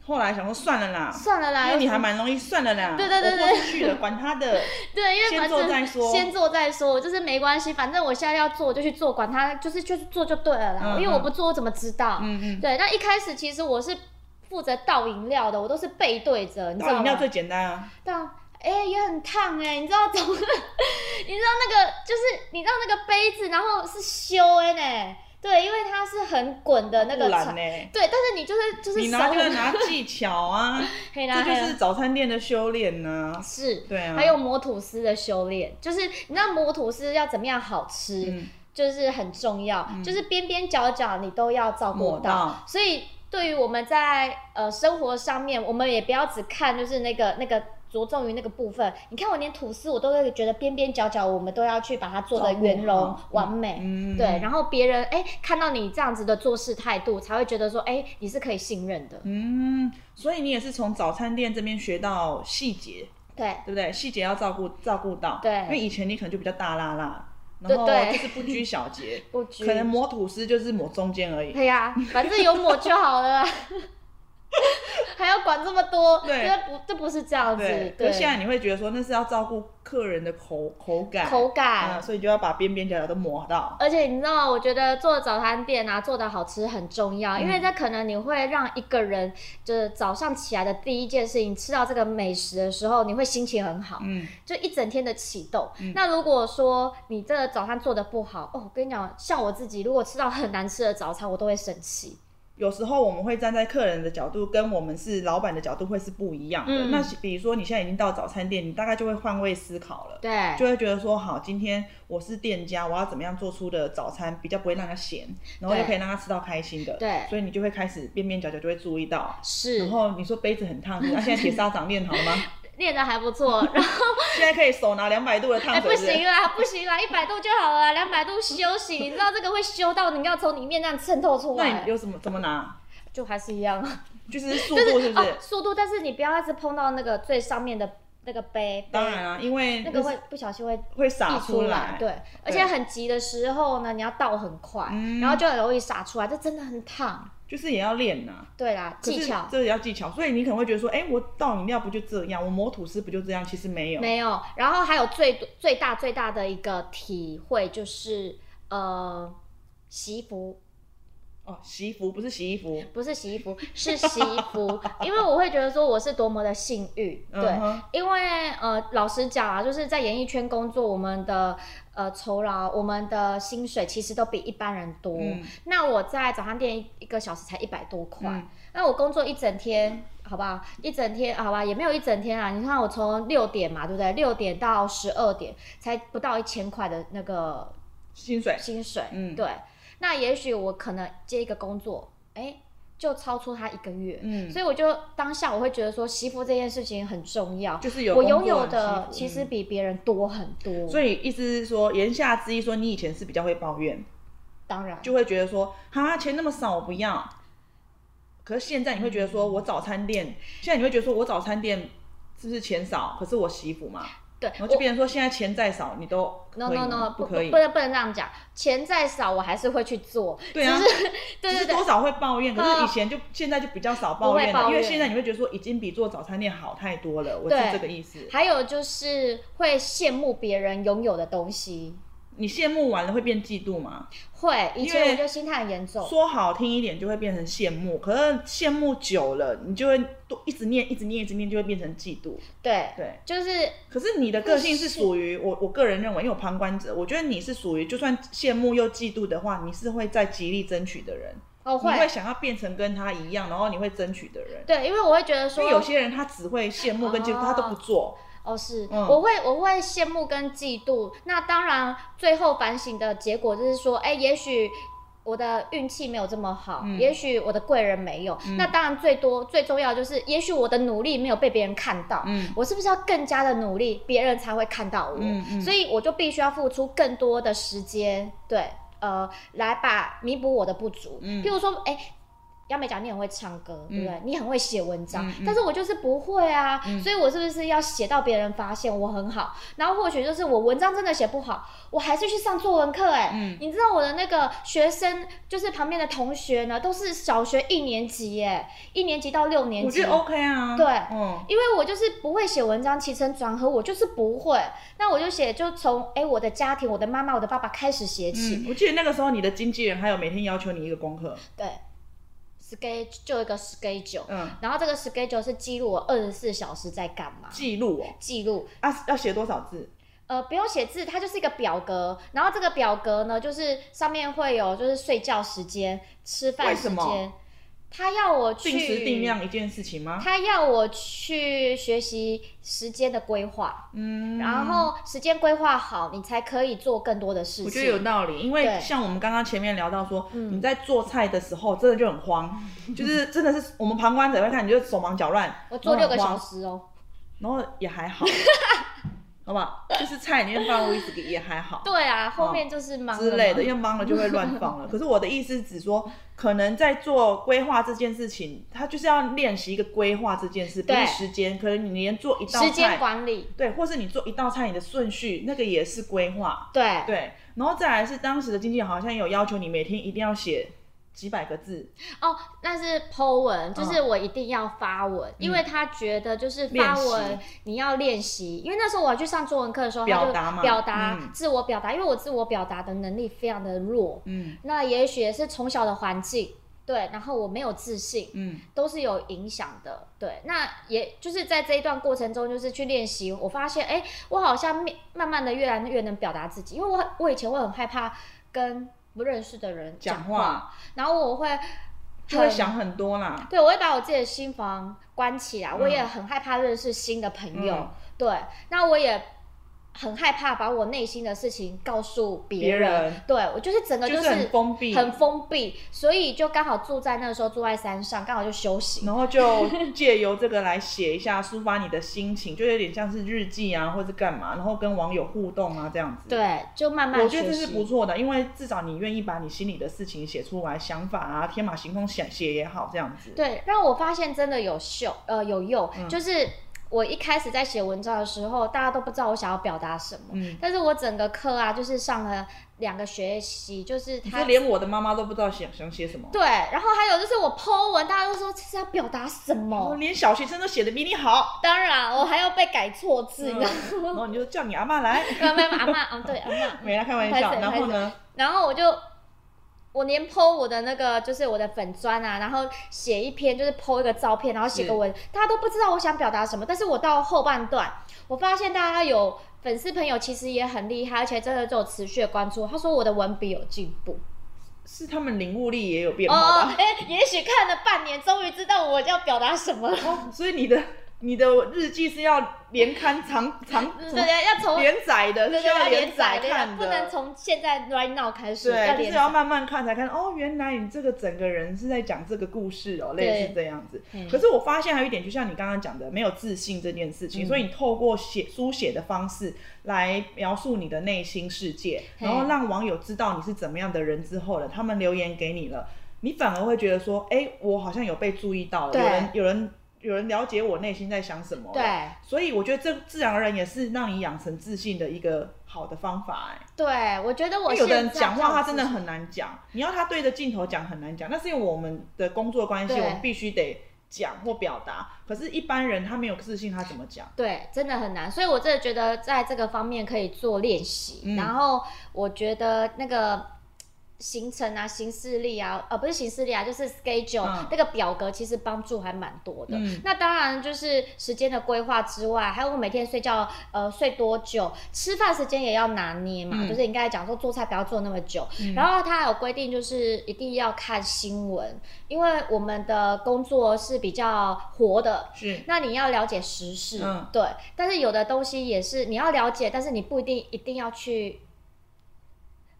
[SPEAKER 2] 后来想说算了啦，
[SPEAKER 3] 算了啦，
[SPEAKER 2] 因为你还
[SPEAKER 3] 有什么
[SPEAKER 2] 蛮容易算了啦，
[SPEAKER 3] 对对对对
[SPEAKER 2] 我豁出去了，管他的，
[SPEAKER 3] 对，因为
[SPEAKER 2] 先
[SPEAKER 3] 反
[SPEAKER 2] 做
[SPEAKER 3] 正
[SPEAKER 2] 再说
[SPEAKER 3] 先做再说，我就是没关系，反正我现在要做我就去做，管他就是就是做就对了啦，
[SPEAKER 2] 嗯
[SPEAKER 3] 因为我
[SPEAKER 2] 嗯
[SPEAKER 3] 不做我怎么知道？
[SPEAKER 2] 嗯嗯，
[SPEAKER 3] 对，那一开始其实我是负责倒饮料的，我都是背对着，你知
[SPEAKER 2] 倒
[SPEAKER 3] 道
[SPEAKER 2] 饮
[SPEAKER 3] 吗？
[SPEAKER 2] 料最简单啊，
[SPEAKER 3] 但哎、也很烫哎、你知道怎么？你 知道那个就是你知道那个杯子，然后是修哎、呢，对，因为它是很滚的那
[SPEAKER 2] 不
[SPEAKER 3] 个
[SPEAKER 2] 然
[SPEAKER 3] 茶
[SPEAKER 2] 呢？
[SPEAKER 3] 对，但是你就是就是
[SPEAKER 2] 你
[SPEAKER 3] 手
[SPEAKER 2] 拿就
[SPEAKER 3] 很
[SPEAKER 2] 是 拿技巧 啊，
[SPEAKER 3] 黑啦
[SPEAKER 2] 这
[SPEAKER 3] 黑
[SPEAKER 2] 就
[SPEAKER 3] 啦
[SPEAKER 2] 是早餐店的修炼呢。
[SPEAKER 3] 是。
[SPEAKER 2] 对啊，
[SPEAKER 3] 还有磨吐司的修炼，就是你知道磨吐司要怎么样好吃，
[SPEAKER 2] 嗯
[SPEAKER 3] 就是很重要，就是边边角角你都要照顾
[SPEAKER 2] 抹到
[SPEAKER 3] 所以对于我们在呃生活上面，我们也不要只看就是那个那个着重于那个部分。你看我连吐司我都会觉得边边角角我们都要去把它做的
[SPEAKER 2] 照顾
[SPEAKER 3] 圆融
[SPEAKER 2] 好
[SPEAKER 3] 完美。
[SPEAKER 2] 哦嗯
[SPEAKER 3] 对，然后别人哎看到你这样子的做事态度，才会觉得说哎你是可以信任的。
[SPEAKER 2] 嗯，所以你也是从早餐店这边学到细节，
[SPEAKER 3] 对
[SPEAKER 2] 对不对？细节要照顾照顾到，
[SPEAKER 3] 对
[SPEAKER 2] 因为以前你可能就比较大啦啦，然
[SPEAKER 3] 对
[SPEAKER 2] 后
[SPEAKER 3] 对
[SPEAKER 2] 就是不拘小
[SPEAKER 3] ，
[SPEAKER 2] 节
[SPEAKER 3] 不拘
[SPEAKER 2] 可能抹吐司就是抹中间而已。
[SPEAKER 3] 对哎呀、反正有抹就好了啦， 还要管这么多？
[SPEAKER 2] 对
[SPEAKER 3] 这不这不是这样子。
[SPEAKER 2] 对
[SPEAKER 3] 对，，
[SPEAKER 2] 可是现在你会觉得说那是要照顾客人的口口感，
[SPEAKER 3] 口
[SPEAKER 2] 啊、
[SPEAKER 3] 感。
[SPEAKER 2] 所以就要把边边角角都抹到。
[SPEAKER 3] 而且你知道，我觉得做早餐店啊，做的好吃很重要，
[SPEAKER 2] 嗯
[SPEAKER 3] 因为这可能你会让一个人就是早上起来的第一件事情，吃到这个美食的时候，你会心情很好，
[SPEAKER 2] 嗯，
[SPEAKER 3] 就一整天的启动。
[SPEAKER 2] 嗯
[SPEAKER 3] 那如果说你这个早餐做的不好，哦，我跟你讲，像我自己，如果吃到很难吃的早餐，我都会生气。
[SPEAKER 2] 有时候我们会站在客人的角度，跟我们是老板的角度会是不一样的。
[SPEAKER 3] 嗯
[SPEAKER 2] 那比如说你现在已经到早餐店，你大概就会换位思考了。
[SPEAKER 3] 对，
[SPEAKER 2] 就会觉得说，好，今天我是店家，我要怎么样做出的早餐比较不会让他咸，然后
[SPEAKER 3] 对
[SPEAKER 2] 又可以让他吃到开心的。
[SPEAKER 3] 对
[SPEAKER 2] 所以你就会开始边边角角就会注意到。
[SPEAKER 3] 是
[SPEAKER 2] 然后你说杯子很烫， 那、啊、现在铁砂掌练好了吗？
[SPEAKER 3] 练的还不 错，然后。
[SPEAKER 2] 现在可以手拿两百度的烫
[SPEAKER 3] 哎、
[SPEAKER 2] 水
[SPEAKER 3] 不
[SPEAKER 2] 是是
[SPEAKER 3] 行啦，不行啊啦，一百度就好了啦，两百度休息。你知道这个会修到你要从里面那样渗透出
[SPEAKER 2] 那
[SPEAKER 3] 来
[SPEAKER 2] 你，有什么怎么拿？
[SPEAKER 3] 就还是一样，
[SPEAKER 2] 就是速度是不是
[SPEAKER 3] 哦？速度，但是你不要一直碰到那个最上面的那个杯，
[SPEAKER 2] 当然啦、因为
[SPEAKER 3] 那个
[SPEAKER 2] 是
[SPEAKER 3] 会不小心会
[SPEAKER 2] 会洒
[SPEAKER 3] 溢出
[SPEAKER 2] 来。
[SPEAKER 3] 对，而且很急的时候呢，你要倒很快，
[SPEAKER 2] 嗯
[SPEAKER 3] 然后就很容易洒出来，这真的很烫。
[SPEAKER 2] 就是也要练呐、
[SPEAKER 3] 对啦，
[SPEAKER 2] 可是
[SPEAKER 3] 技巧。
[SPEAKER 2] 这个也要技巧，所以你可能会觉得说，哎、我倒饮料不就这样，我磨吐司不就这样？其实没有，
[SPEAKER 3] 没有，然后还有最多最大最大的一个体会就是，呃，洗衣服
[SPEAKER 2] 哦，洗衣服不是洗衣服，
[SPEAKER 3] 不是洗衣服，是洗衣 服，因为我会觉得说我是多么的幸运，对，
[SPEAKER 2] 嗯哼
[SPEAKER 3] 因为呃，老实讲啊，就是在演艺圈工作，我们的呃酬劳，我们的薪水其实都比一般人多。
[SPEAKER 2] 嗯
[SPEAKER 3] 那我在早餐店一一个小时才一百多块，
[SPEAKER 2] 嗯
[SPEAKER 3] 那我工作一整天，好不好？一整天，好吧，也没有一整天啊。你看我从六点嘛，对不对？六点到十二点，才不到一千块的那个
[SPEAKER 2] 薪水
[SPEAKER 3] 薪水，
[SPEAKER 2] 嗯
[SPEAKER 3] 对。那也许我可能接一个工作，哎、就超出他一个月，
[SPEAKER 2] 嗯
[SPEAKER 3] 所以我就当下我会觉得说，媳妇这件事情很重要，
[SPEAKER 2] 就是有
[SPEAKER 3] 我
[SPEAKER 2] 工作
[SPEAKER 3] 拥有的
[SPEAKER 2] 很幸
[SPEAKER 3] 其
[SPEAKER 2] 福
[SPEAKER 3] 实比别人多很多，
[SPEAKER 2] 嗯所以意思是说，言下之意说，你以前是比较会抱怨，
[SPEAKER 3] 当然
[SPEAKER 2] 就会觉得说，哈，钱那么少，我不要。可是现在你会觉得说，我早餐店，现在你会觉得说我早餐店是不是钱少？可是我媳妇嘛，
[SPEAKER 3] 对
[SPEAKER 2] 然后
[SPEAKER 3] 我
[SPEAKER 2] 就变成说现在钱再少你都可以
[SPEAKER 3] no no no
[SPEAKER 2] 吗不可以
[SPEAKER 3] 不，能不能这样讲，钱再少我还是会去做，
[SPEAKER 2] 对啊
[SPEAKER 3] 只是对
[SPEAKER 2] 只
[SPEAKER 3] 对
[SPEAKER 2] 是
[SPEAKER 3] 对
[SPEAKER 2] 多，少会抱怨，可是
[SPEAKER 3] 嗯
[SPEAKER 2] 以前就现在就比较少
[SPEAKER 3] 不
[SPEAKER 2] 抱
[SPEAKER 3] 会
[SPEAKER 2] 怨了，
[SPEAKER 3] 抱
[SPEAKER 2] 因为
[SPEAKER 3] 怨
[SPEAKER 2] 现在你会觉得说已经比做早餐店好太多了，我是
[SPEAKER 3] 对
[SPEAKER 2] 这个意思。
[SPEAKER 3] 还有就是会羡慕别人拥有的东西，
[SPEAKER 2] 你羡慕完了会变嫉妒吗？
[SPEAKER 3] 会以
[SPEAKER 2] 因
[SPEAKER 3] 前
[SPEAKER 2] 为
[SPEAKER 3] 我就心态很严重，
[SPEAKER 2] 说好听一点就会变成羡慕，可是羡慕久了，你就会多一直念，一直念，一直念，就会变成嫉妒。
[SPEAKER 3] 对，
[SPEAKER 2] 对，
[SPEAKER 3] 就是
[SPEAKER 2] 可是你的个性是属于我，我个人认为，因为我旁观者，我觉得你是属于就算羡慕又嫉妒的话，你是会在极力争取的人，
[SPEAKER 3] 哦
[SPEAKER 2] 你会想要变成跟他一样，然后你会争取的人。
[SPEAKER 3] 对，因为我会觉得
[SPEAKER 2] 所
[SPEAKER 3] 说
[SPEAKER 2] 以有些人他只会羡慕跟嫉妒，
[SPEAKER 3] 哦
[SPEAKER 2] 他都不做。
[SPEAKER 3] 哦，是，
[SPEAKER 2] 嗯
[SPEAKER 3] 我会我会羡慕跟嫉妒。那当然，最后反省的结果就是说，哎，也许我的运气没有这么好，
[SPEAKER 2] 嗯
[SPEAKER 3] 也许我的贵人没有。
[SPEAKER 2] 嗯
[SPEAKER 3] 那当然，最多最重要就是，也许我的努力没有被别人看到。
[SPEAKER 2] 嗯
[SPEAKER 3] 我是不是要更加的努力，别人才会看到我？
[SPEAKER 2] 嗯嗯
[SPEAKER 3] 所以我就必须要付出更多的时间，对，呃，来把弥补我的不足。
[SPEAKER 2] 嗯
[SPEAKER 3] 譬如说，哎、亚美讲你很会唱歌，对不对？你很会写文章，
[SPEAKER 2] 嗯嗯
[SPEAKER 3] 但是我就是不会啊，
[SPEAKER 2] 嗯
[SPEAKER 3] 所以我是不是要写到别人发现我很好？然后或许就是我文章真的写不好，我还是去上作文课、哎、
[SPEAKER 2] 嗯
[SPEAKER 3] 你知道我的那个学生，就是旁边的同学呢，都是小学一年级、哎，一年级到六年级，
[SPEAKER 2] 我觉得 OK 啊。
[SPEAKER 3] 对
[SPEAKER 2] 嗯，
[SPEAKER 3] 因为我就是不会写文章起承转合，我就是不会。那我就写，就从哎、我的家庭、我的妈妈、我的爸爸开始写起。
[SPEAKER 2] 嗯，我记得那个时候你的经纪人还有每天要求你一个功课。
[SPEAKER 3] 对，schedule 就有一个 schedule，、
[SPEAKER 2] 嗯，
[SPEAKER 3] 然后这个 schedule 是记录我二十四小时在干嘛，
[SPEAKER 2] 记录哦，
[SPEAKER 3] 记录。
[SPEAKER 2] 啊，要写多少字？
[SPEAKER 3] 呃，不用写字，它就是一个表格。然后这个表格呢，就是上面会有就是睡觉时间、吃
[SPEAKER 2] 为
[SPEAKER 3] 饭
[SPEAKER 2] 什
[SPEAKER 3] 时
[SPEAKER 2] 么
[SPEAKER 3] 间。他要我去
[SPEAKER 2] 定时定量一件事情吗？
[SPEAKER 3] 他要我去学习时间的规划。
[SPEAKER 2] 嗯，
[SPEAKER 3] 然后时间规划好，你才可以做更多的事情。
[SPEAKER 2] 我觉得有道理，因为
[SPEAKER 3] 对
[SPEAKER 2] 像我们刚刚前面聊到说，
[SPEAKER 3] 嗯
[SPEAKER 2] 你在做菜的时候真的就很 慌，就是真的是我们旁观者会看，你就手忙脚乱，
[SPEAKER 3] 我做六个小
[SPEAKER 2] 时，
[SPEAKER 3] 时哦。
[SPEAKER 2] 然后也还 好，好不好？就是菜里面放威士忌也还好。
[SPEAKER 3] 对啊，后面就是忙了嘛
[SPEAKER 2] 哦之类的，因为忙了就会乱放 了。可是我的意思是指说，可能在做规划这件事情，他就是要练习一个规划这件事，不是
[SPEAKER 3] 对
[SPEAKER 2] 时间。可能你连做一道菜，
[SPEAKER 3] 时间管理。
[SPEAKER 2] 对，或是你做一道菜你的顺序，那个也是规划。
[SPEAKER 3] 对，
[SPEAKER 2] 对，然后再来是当时的经纪人好像有要求你每天一定要写几百个字，
[SPEAKER 3] 哦，那是 Po
[SPEAKER 2] 嗯
[SPEAKER 3] 文，就是我一定要发文，因为他觉得就是发
[SPEAKER 2] 练习
[SPEAKER 3] 文你要练习，因为那时候我去上作文课的时候，
[SPEAKER 2] 表
[SPEAKER 3] 他就
[SPEAKER 2] 达嘛
[SPEAKER 3] 表达、
[SPEAKER 2] 嗯
[SPEAKER 3] 自我表达，因为我自我表达的能力非常的弱，
[SPEAKER 2] 嗯
[SPEAKER 3] 那也许也是从小的环境，对，然后我没有自信，
[SPEAKER 2] 嗯
[SPEAKER 3] 都是有影响的。对，那也就是在这一段过程中，就是去练习，我发现，哎、我好像面慢慢的越来越能表达自己，因为我很我以前会很害怕跟不认识的人
[SPEAKER 2] 讲
[SPEAKER 3] 讲
[SPEAKER 2] 话
[SPEAKER 3] 然后我会
[SPEAKER 2] 就会想很多啦。
[SPEAKER 3] 对，我会把我自己的心房关起来，
[SPEAKER 2] 嗯
[SPEAKER 3] 我也很害怕认识新的朋友。
[SPEAKER 2] 嗯
[SPEAKER 3] 对，那我也。很害怕把我内心的事情告诉别
[SPEAKER 2] 别
[SPEAKER 3] 人，
[SPEAKER 2] 人
[SPEAKER 3] 对我就是整个
[SPEAKER 2] 就是
[SPEAKER 3] 是
[SPEAKER 2] 很封闭
[SPEAKER 3] 很封闭，所以就刚好住在那个时候住在山上，刚好就休息。
[SPEAKER 2] 然后就借由这个来写一下，抒发你的心情，就有点像是日记啊，或是干嘛，然后跟网友互动啊这样子。，
[SPEAKER 3] 对，就慢慢
[SPEAKER 2] 我觉得这
[SPEAKER 3] 学
[SPEAKER 2] 是
[SPEAKER 3] 习
[SPEAKER 2] 不错的，因为至少你愿意把你心里的事情写出来，想法啊，天马行空写写也好，这样子。
[SPEAKER 3] 对，让我发现真的有秀，呃，有用，
[SPEAKER 2] 嗯
[SPEAKER 3] 就是。我一开始在写文章的时候，大家都不知道我想要表达什么，
[SPEAKER 2] 嗯
[SPEAKER 3] 但是我整个课啊，就是上了两个学期，就是
[SPEAKER 2] 你
[SPEAKER 3] 他
[SPEAKER 2] 说连我的妈妈都不知道想想写什么，
[SPEAKER 3] 对，然后还有就是我 Po 文，大家都说这是要表达什
[SPEAKER 2] 我
[SPEAKER 3] 么？
[SPEAKER 2] 连小学生都写的比你好，
[SPEAKER 3] 当然，啊我还要被改错字，
[SPEAKER 2] 嗯
[SPEAKER 3] 呢。
[SPEAKER 2] 然后你就叫你阿妈 来，
[SPEAKER 3] 没有没有阿妈，嗯，对阿妈，
[SPEAKER 2] 没啦，开玩
[SPEAKER 3] 拍
[SPEAKER 2] 笑。
[SPEAKER 3] 手
[SPEAKER 2] 然后
[SPEAKER 3] 拍手
[SPEAKER 2] 呢？
[SPEAKER 3] 然后我就我连 PO 我的那个就是我的粉砖啊，然后写一篇就是 PO 一个照片，然后写个文，大家都不知道我想表达什么。但是我到后半段，我发现大家有粉丝朋友其实也很厉害，而且真的都有持续的关注。他说我的文笔有进步
[SPEAKER 2] 是他们领悟力也有变好
[SPEAKER 3] 哦
[SPEAKER 2] 吧？，
[SPEAKER 3] 哎、也许看了半年，终于知道我要表达什么了。
[SPEAKER 2] 所以你的你的日记是要连刊长长
[SPEAKER 3] 对对，要从
[SPEAKER 2] 连载的，
[SPEAKER 3] 对
[SPEAKER 2] 需
[SPEAKER 3] 对
[SPEAKER 2] 要
[SPEAKER 3] 嗯要连
[SPEAKER 2] 啊载
[SPEAKER 3] 对啊
[SPEAKER 2] 看的，
[SPEAKER 3] 不能从现在 right now 开始，要
[SPEAKER 2] 对，就
[SPEAKER 3] 连
[SPEAKER 2] 是
[SPEAKER 3] 载
[SPEAKER 2] 要。慢慢看才看哦，原来你这个整个人是在讲这个故事哦，
[SPEAKER 3] 对
[SPEAKER 2] 类似这样子
[SPEAKER 3] 嗯。
[SPEAKER 2] 可是我发现还有一点，就像你刚刚讲的，没有自信这件事情，
[SPEAKER 3] 嗯
[SPEAKER 2] 所以你透过写书写的方式来描述你的内心世界，
[SPEAKER 3] 嘿
[SPEAKER 2] 然后让网友知道你是怎么样的人之后了，他们留言给你了，你反而会觉得说，哎，我好像有被注意到了，
[SPEAKER 3] 对
[SPEAKER 2] 有人有人。有人了解我内心在想什么。
[SPEAKER 3] 对
[SPEAKER 2] 所以我觉得这自然而然也是让你养成自信的一个好的方法、哎，
[SPEAKER 3] 对，我觉得
[SPEAKER 2] 因
[SPEAKER 3] 我
[SPEAKER 2] 为有的
[SPEAKER 3] 现
[SPEAKER 2] 人
[SPEAKER 3] 在
[SPEAKER 2] 讲话
[SPEAKER 3] 靠
[SPEAKER 2] 他真的
[SPEAKER 3] 自己
[SPEAKER 2] 很难讲，你要他对着镜头讲很难讲，那是因为我们的工作关系，
[SPEAKER 3] 对
[SPEAKER 2] 我们必须得讲或表达。可是，一般人他没有自信，他怎么讲？
[SPEAKER 3] 对，真的很难，所以我真的觉得在这个方面可以做练习。
[SPEAKER 2] 嗯
[SPEAKER 3] 然后我觉得那个行程啊、行事历啊，呃，不是行事历啊，就是 schedule、
[SPEAKER 2] 嗯
[SPEAKER 3] 那个表格，其实帮助还蛮多的。
[SPEAKER 2] 嗯
[SPEAKER 3] 那当然就是时间的规划之外，还有我每天睡觉，呃，睡多久，吃饭时间也要拿捏嘛。
[SPEAKER 2] 嗯
[SPEAKER 3] 就是你刚才讲说做菜不要做那么久，
[SPEAKER 2] 嗯
[SPEAKER 3] 然后他还有规定，就是一定要看新闻，因为我们的工作是比较活的，
[SPEAKER 2] 是，
[SPEAKER 3] 那你要了解时事，
[SPEAKER 2] 嗯
[SPEAKER 3] 对。但是有的东西也是你要了解，但是你不一定一定要去，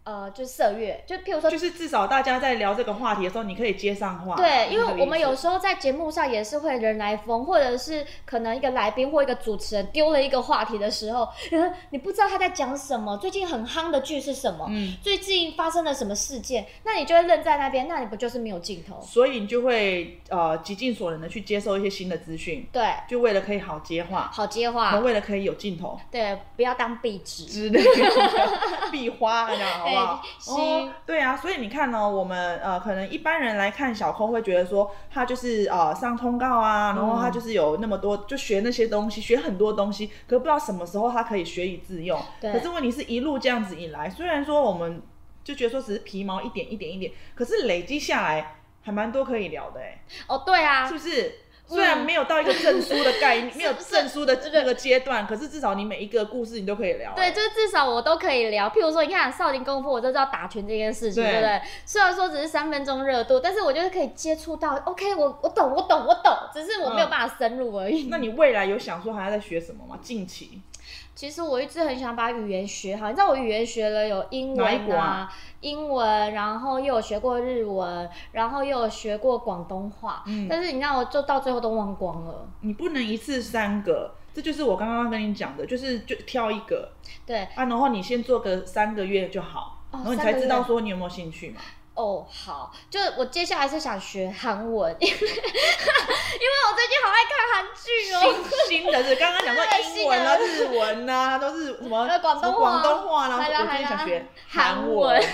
[SPEAKER 3] 呃，就是涉阅，就譬如说。
[SPEAKER 2] 就是至少大家在聊这个话题的时候，你可以接上话。
[SPEAKER 3] 对，
[SPEAKER 2] 是
[SPEAKER 3] 因
[SPEAKER 2] 这个意
[SPEAKER 3] 为
[SPEAKER 2] 思
[SPEAKER 3] 我们有时候在节目上也是会人来疯，或者是可能一个来宾或一个主持人丢了一个话题的时候， 呃你不知道他在讲什么，最近很夯的剧是什么，
[SPEAKER 2] 嗯，
[SPEAKER 3] 最近发生了什么事件，那你就会愣在那边，那你不就是没有镜头？
[SPEAKER 2] 所以你就会呃极尽所能的去接受一些新的资讯，
[SPEAKER 3] 对，
[SPEAKER 2] 就为了可以好接话，
[SPEAKER 3] 好接
[SPEAKER 2] 然后
[SPEAKER 3] 话，
[SPEAKER 2] 为了可以有镜头。
[SPEAKER 3] 对，不要当壁纸，哎
[SPEAKER 2] 之类的 壁花啊这样好不好？
[SPEAKER 3] 对
[SPEAKER 2] 哦
[SPEAKER 3] 是，
[SPEAKER 2] 对啊，所以你看呢、我们呃，可能一般人来看小空会觉得说，他就是呃上通告
[SPEAKER 3] 嗯
[SPEAKER 2] 啊，然后他就是有那么多就学那些东西，学很多东西，可是不知道什么时候他可以学以致用。
[SPEAKER 3] 对
[SPEAKER 2] 可是问题是一路这样子以来，虽然说我们就觉得说只是皮毛一点一点一点，可是累积下来还蛮多可以聊的哎、
[SPEAKER 3] 哦，对啊，
[SPEAKER 2] 是不是？虽然没有到一个证书的 概念，没有证书的那个阶段，可是至少你每一个故事你都可以聊、
[SPEAKER 3] 对，
[SPEAKER 2] 哎
[SPEAKER 3] 就是至少我都可以聊。譬如说，你看少林功夫，我就知道打拳这件事情，
[SPEAKER 2] 对
[SPEAKER 3] 对不对？虽然说只是三分钟热度，但是我就是可以接触到。OK，我我懂，我懂，我懂，只是我没有
[SPEAKER 2] 嗯
[SPEAKER 3] 办法深入而已。
[SPEAKER 2] 那你未来有想说还要再学什么吗？近期
[SPEAKER 3] 其实我一直很想把语言学好，你知道我语言学了有英
[SPEAKER 2] 哪一
[SPEAKER 3] 文
[SPEAKER 2] 国啊
[SPEAKER 3] 啊，英文，然后又有学过日文，然后又有学过广东话，
[SPEAKER 2] 嗯
[SPEAKER 3] 但是你看我就到最后都忘光了。
[SPEAKER 2] 你不能一次三个，这就是我刚刚跟你讲的，就是就挑一个
[SPEAKER 3] 对，
[SPEAKER 2] 啊，然后你先做个三个月就好，
[SPEAKER 3] 哦
[SPEAKER 2] 然后你
[SPEAKER 3] 三
[SPEAKER 2] 才
[SPEAKER 3] 个
[SPEAKER 2] 知道
[SPEAKER 3] 月
[SPEAKER 2] 说你有没有兴趣嘛。
[SPEAKER 3] 哦，好，就是我接下来是想学韩文， 因为因为我最近好爱看韩剧哦。
[SPEAKER 2] 新新的 是刚刚讲说
[SPEAKER 3] 对
[SPEAKER 2] 英文啊、日
[SPEAKER 3] 新
[SPEAKER 2] 文啊，都是什么
[SPEAKER 3] 呃广东
[SPEAKER 2] 什么
[SPEAKER 3] 话
[SPEAKER 2] 广东话啦，
[SPEAKER 3] 来啦
[SPEAKER 2] 我最近
[SPEAKER 3] 来啦
[SPEAKER 2] 想学
[SPEAKER 3] 韩
[SPEAKER 2] 韩
[SPEAKER 3] 文
[SPEAKER 2] 文。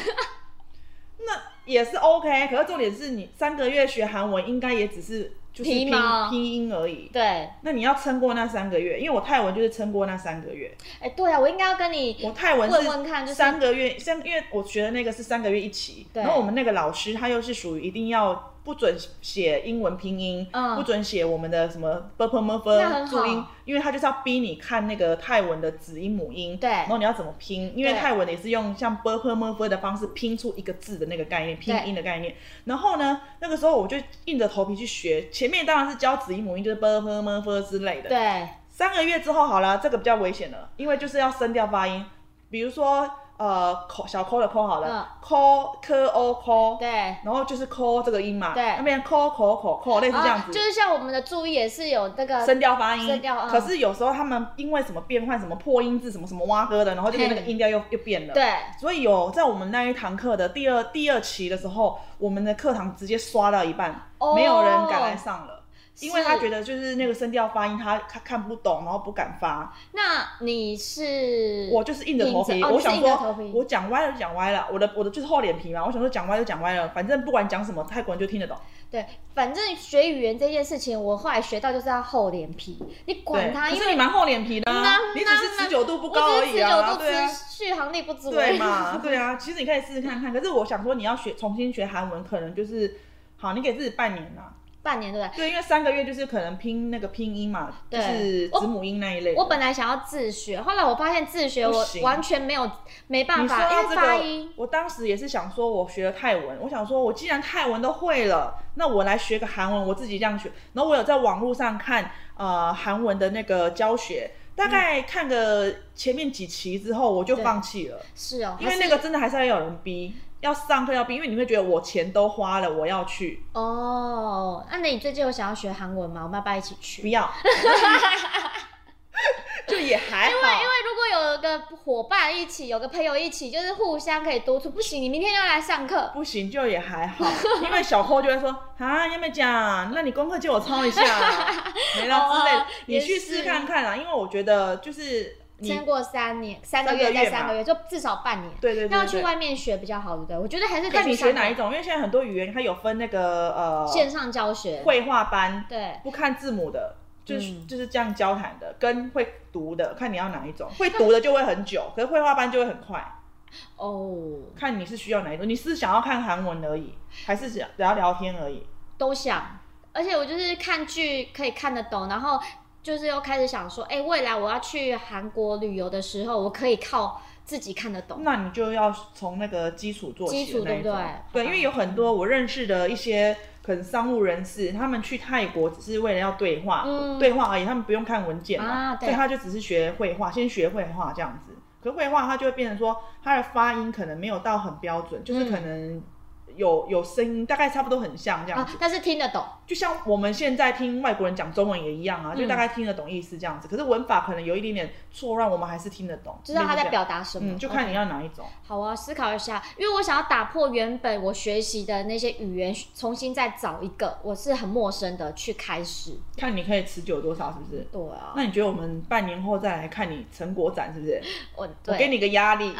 [SPEAKER 2] 那也是 OK，可是重点是你三个月学韩文，应该也只是就是
[SPEAKER 3] 皮
[SPEAKER 2] 拼
[SPEAKER 3] 毛
[SPEAKER 2] 拼音而已。
[SPEAKER 3] 对，哎、
[SPEAKER 2] 那你要撑过那三个月，因为我泰文就是撑过那三个月。
[SPEAKER 3] 对啊，我应该要跟你
[SPEAKER 2] 我泰文
[SPEAKER 3] 问问看就是是
[SPEAKER 2] 三个月，三因为我学的那个是三个月一期，
[SPEAKER 3] 对
[SPEAKER 2] 然后我们那个老师他又是属于一定要不准写英文拼音，
[SPEAKER 3] 嗯
[SPEAKER 2] 不准写我们的什么 b p m
[SPEAKER 3] 那很
[SPEAKER 2] f
[SPEAKER 3] 好
[SPEAKER 2] 注音，因为他就是要逼你看那个泰文的子音母音，
[SPEAKER 3] 对
[SPEAKER 2] 然后你要怎么拼，因为
[SPEAKER 3] 对
[SPEAKER 2] 泰文也是用像 b p m f 的方式拼出一个字的那个概念，拼音的概念。然后呢，那个时候我就硬着头皮去学，前面当然是教子音母音，就是 b p m f 之类的，
[SPEAKER 3] 对
[SPEAKER 2] 三个月之后好了，这个比较危险了，因为就是要声调发音，比如说呃口小抠的抠好了，抠 k o 抠，
[SPEAKER 3] 嗯对。
[SPEAKER 2] 然后就是抠这个音嘛，
[SPEAKER 3] 对
[SPEAKER 2] 那边抠口口口类似这样
[SPEAKER 3] 啊
[SPEAKER 2] 子，
[SPEAKER 3] 就是像我们的注意也是有那个
[SPEAKER 2] 声调发音。
[SPEAKER 3] 声调嗯
[SPEAKER 2] 可是有时候他们因为什么变换什么破音字什么什么蛙哥的，然后就那个
[SPEAKER 3] 嘿
[SPEAKER 2] 音调又又变了。。
[SPEAKER 3] 对，
[SPEAKER 2] 所以有在我们那一堂课的第二第二期的时候，我们的课堂直接刷到一半，
[SPEAKER 3] 哦
[SPEAKER 2] 没有人敢来上了，因为他
[SPEAKER 3] 是
[SPEAKER 2] 觉得就是那个声调发音他他看不懂，然后不敢发。
[SPEAKER 3] 那你是
[SPEAKER 2] 我就是硬着头皮，
[SPEAKER 3] 硬着哦
[SPEAKER 2] 我
[SPEAKER 3] 你是
[SPEAKER 2] 想
[SPEAKER 3] 硬着头
[SPEAKER 2] 说
[SPEAKER 3] 皮，
[SPEAKER 2] 我讲歪了就讲歪了，我的我的就是厚脸皮嘛，我想说讲歪就讲歪了，反正不管讲什么，泰国人就听得懂。
[SPEAKER 3] 对，反正学语言这件事情，我后来学到就是要厚脸皮，你
[SPEAKER 2] 对，
[SPEAKER 3] 管他，
[SPEAKER 2] 可
[SPEAKER 3] 因
[SPEAKER 2] 是你
[SPEAKER 3] 为嗯
[SPEAKER 2] 蛮厚脸皮的啊
[SPEAKER 3] 那，
[SPEAKER 2] 你只是
[SPEAKER 3] 那
[SPEAKER 2] 持久度不高而已啊，
[SPEAKER 3] 我只
[SPEAKER 2] 对
[SPEAKER 3] 是持久
[SPEAKER 2] 啊
[SPEAKER 3] 度，嗯只续航力不足，欸
[SPEAKER 2] 对？嘛，对啊，其实你可以试试看看，可是我想说你要学重新学韩文，可能就是好，你给自己半年啦、
[SPEAKER 3] 半年对不对？
[SPEAKER 2] 对，因为三个月就是可能拼那个拼音嘛，就
[SPEAKER 3] 对
[SPEAKER 2] 是
[SPEAKER 3] 哦
[SPEAKER 2] 子母音那一类的。
[SPEAKER 3] 我本来想要自学，后来我发现自学
[SPEAKER 2] 不
[SPEAKER 3] 我
[SPEAKER 2] 行
[SPEAKER 3] 完全没有没办
[SPEAKER 2] 你说
[SPEAKER 3] 法，因
[SPEAKER 2] 到
[SPEAKER 3] 为
[SPEAKER 2] 这
[SPEAKER 3] 发
[SPEAKER 2] 个
[SPEAKER 3] 音，
[SPEAKER 2] 我当时也是想说，我学了泰文，我想说，我既然泰文都会了，那我来学个韩文，我自己这样学。然后我有在网络上看呃韩文的那个教学，大概看个前面几期之后，我就
[SPEAKER 3] 对
[SPEAKER 2] 放弃了，
[SPEAKER 3] 是哦，
[SPEAKER 2] 因为
[SPEAKER 3] 还
[SPEAKER 2] 那
[SPEAKER 3] 是
[SPEAKER 2] 个真的还是要有人逼，要上课要逼，因为你会觉得我钱都花了，我要去，嗯
[SPEAKER 3] 啊 哦，那你最近有想要学韩文吗？我们要不要一起去
[SPEAKER 2] 不？要。就也还好。
[SPEAKER 3] 因为因为如果有个伙伴一起，有个朋友一起，就是互相可以督促。不行，你明天要来上课。
[SPEAKER 2] 不行就也还 好，因为小抠就会说啊，要没讲，那你功课借我抄一下，啊 没了之类的
[SPEAKER 3] 哦，
[SPEAKER 2] 你去试试看看啦。因为我觉个就是你
[SPEAKER 3] 撑过三年，三个
[SPEAKER 2] 三个
[SPEAKER 3] 月再
[SPEAKER 2] 月嘛
[SPEAKER 3] 三个月，就至少半年。
[SPEAKER 2] 对对对
[SPEAKER 3] 那要
[SPEAKER 2] 对
[SPEAKER 3] 去
[SPEAKER 2] 对
[SPEAKER 3] 外面学比较好，对不对？我觉得还是得
[SPEAKER 2] 看
[SPEAKER 3] 去
[SPEAKER 2] 你学
[SPEAKER 3] 上
[SPEAKER 2] 哪
[SPEAKER 3] 课
[SPEAKER 2] 一种，因为现在很多语言它有分那个呃
[SPEAKER 3] 线上教学。
[SPEAKER 2] 绘画班，
[SPEAKER 3] 对，
[SPEAKER 2] 不看字母的，就是、
[SPEAKER 3] 嗯
[SPEAKER 2] 就是这样交谈的，跟会读的，看你要哪一种。会读的就会很久，可是绘画班就会很快，
[SPEAKER 3] 哦，
[SPEAKER 2] 看你是需要哪一种。你是想要看韩文而已，还是想聊聊天而已？
[SPEAKER 3] 都想，而且我就是看剧可以看得懂，然后就是又开始想说，哎、未来我要去韩国旅游的时候，我可以靠自己看得懂。
[SPEAKER 2] 那你就要从那个基础做起
[SPEAKER 3] 基础
[SPEAKER 2] 的那一
[SPEAKER 3] 对
[SPEAKER 2] 种
[SPEAKER 3] 不对
[SPEAKER 2] 因为有很多我认识的一些可能商务人士，他们去泰国只是为了要对话，
[SPEAKER 3] 嗯
[SPEAKER 2] 对话而已，他们不用看文件嘛，
[SPEAKER 3] 啊对
[SPEAKER 2] 所以他就只是学绘画，先学绘画这样子。可绘画它就会变成说，它的发音可能没有到很标准，
[SPEAKER 3] 嗯
[SPEAKER 2] 就是可能有有声音，大概差不多很像这样
[SPEAKER 3] 啊
[SPEAKER 2] 子。，
[SPEAKER 3] 但是听得懂，
[SPEAKER 2] 就像我们现在听外国人讲中文也一样啊，
[SPEAKER 3] 嗯
[SPEAKER 2] 就大概听得懂意思这样子。可是文法可能有一点点错乱，我们还是听得懂，
[SPEAKER 3] 知道他
[SPEAKER 2] 类似这
[SPEAKER 3] 在
[SPEAKER 2] 样
[SPEAKER 3] 表达什么。
[SPEAKER 2] 嗯，就看你
[SPEAKER 3] OK。
[SPEAKER 2] 要哪一种。
[SPEAKER 3] 好，我要思考一下，因为我想要打破原本我学习的那些语言，重新再找一个我是很陌生的去开始。
[SPEAKER 2] 看你可以持久多少，是不是？
[SPEAKER 3] 对啊，
[SPEAKER 2] 那你觉得我们半年后再来看你成果展，是不是？
[SPEAKER 3] 我
[SPEAKER 2] 我
[SPEAKER 3] 对
[SPEAKER 2] 给你个压 力，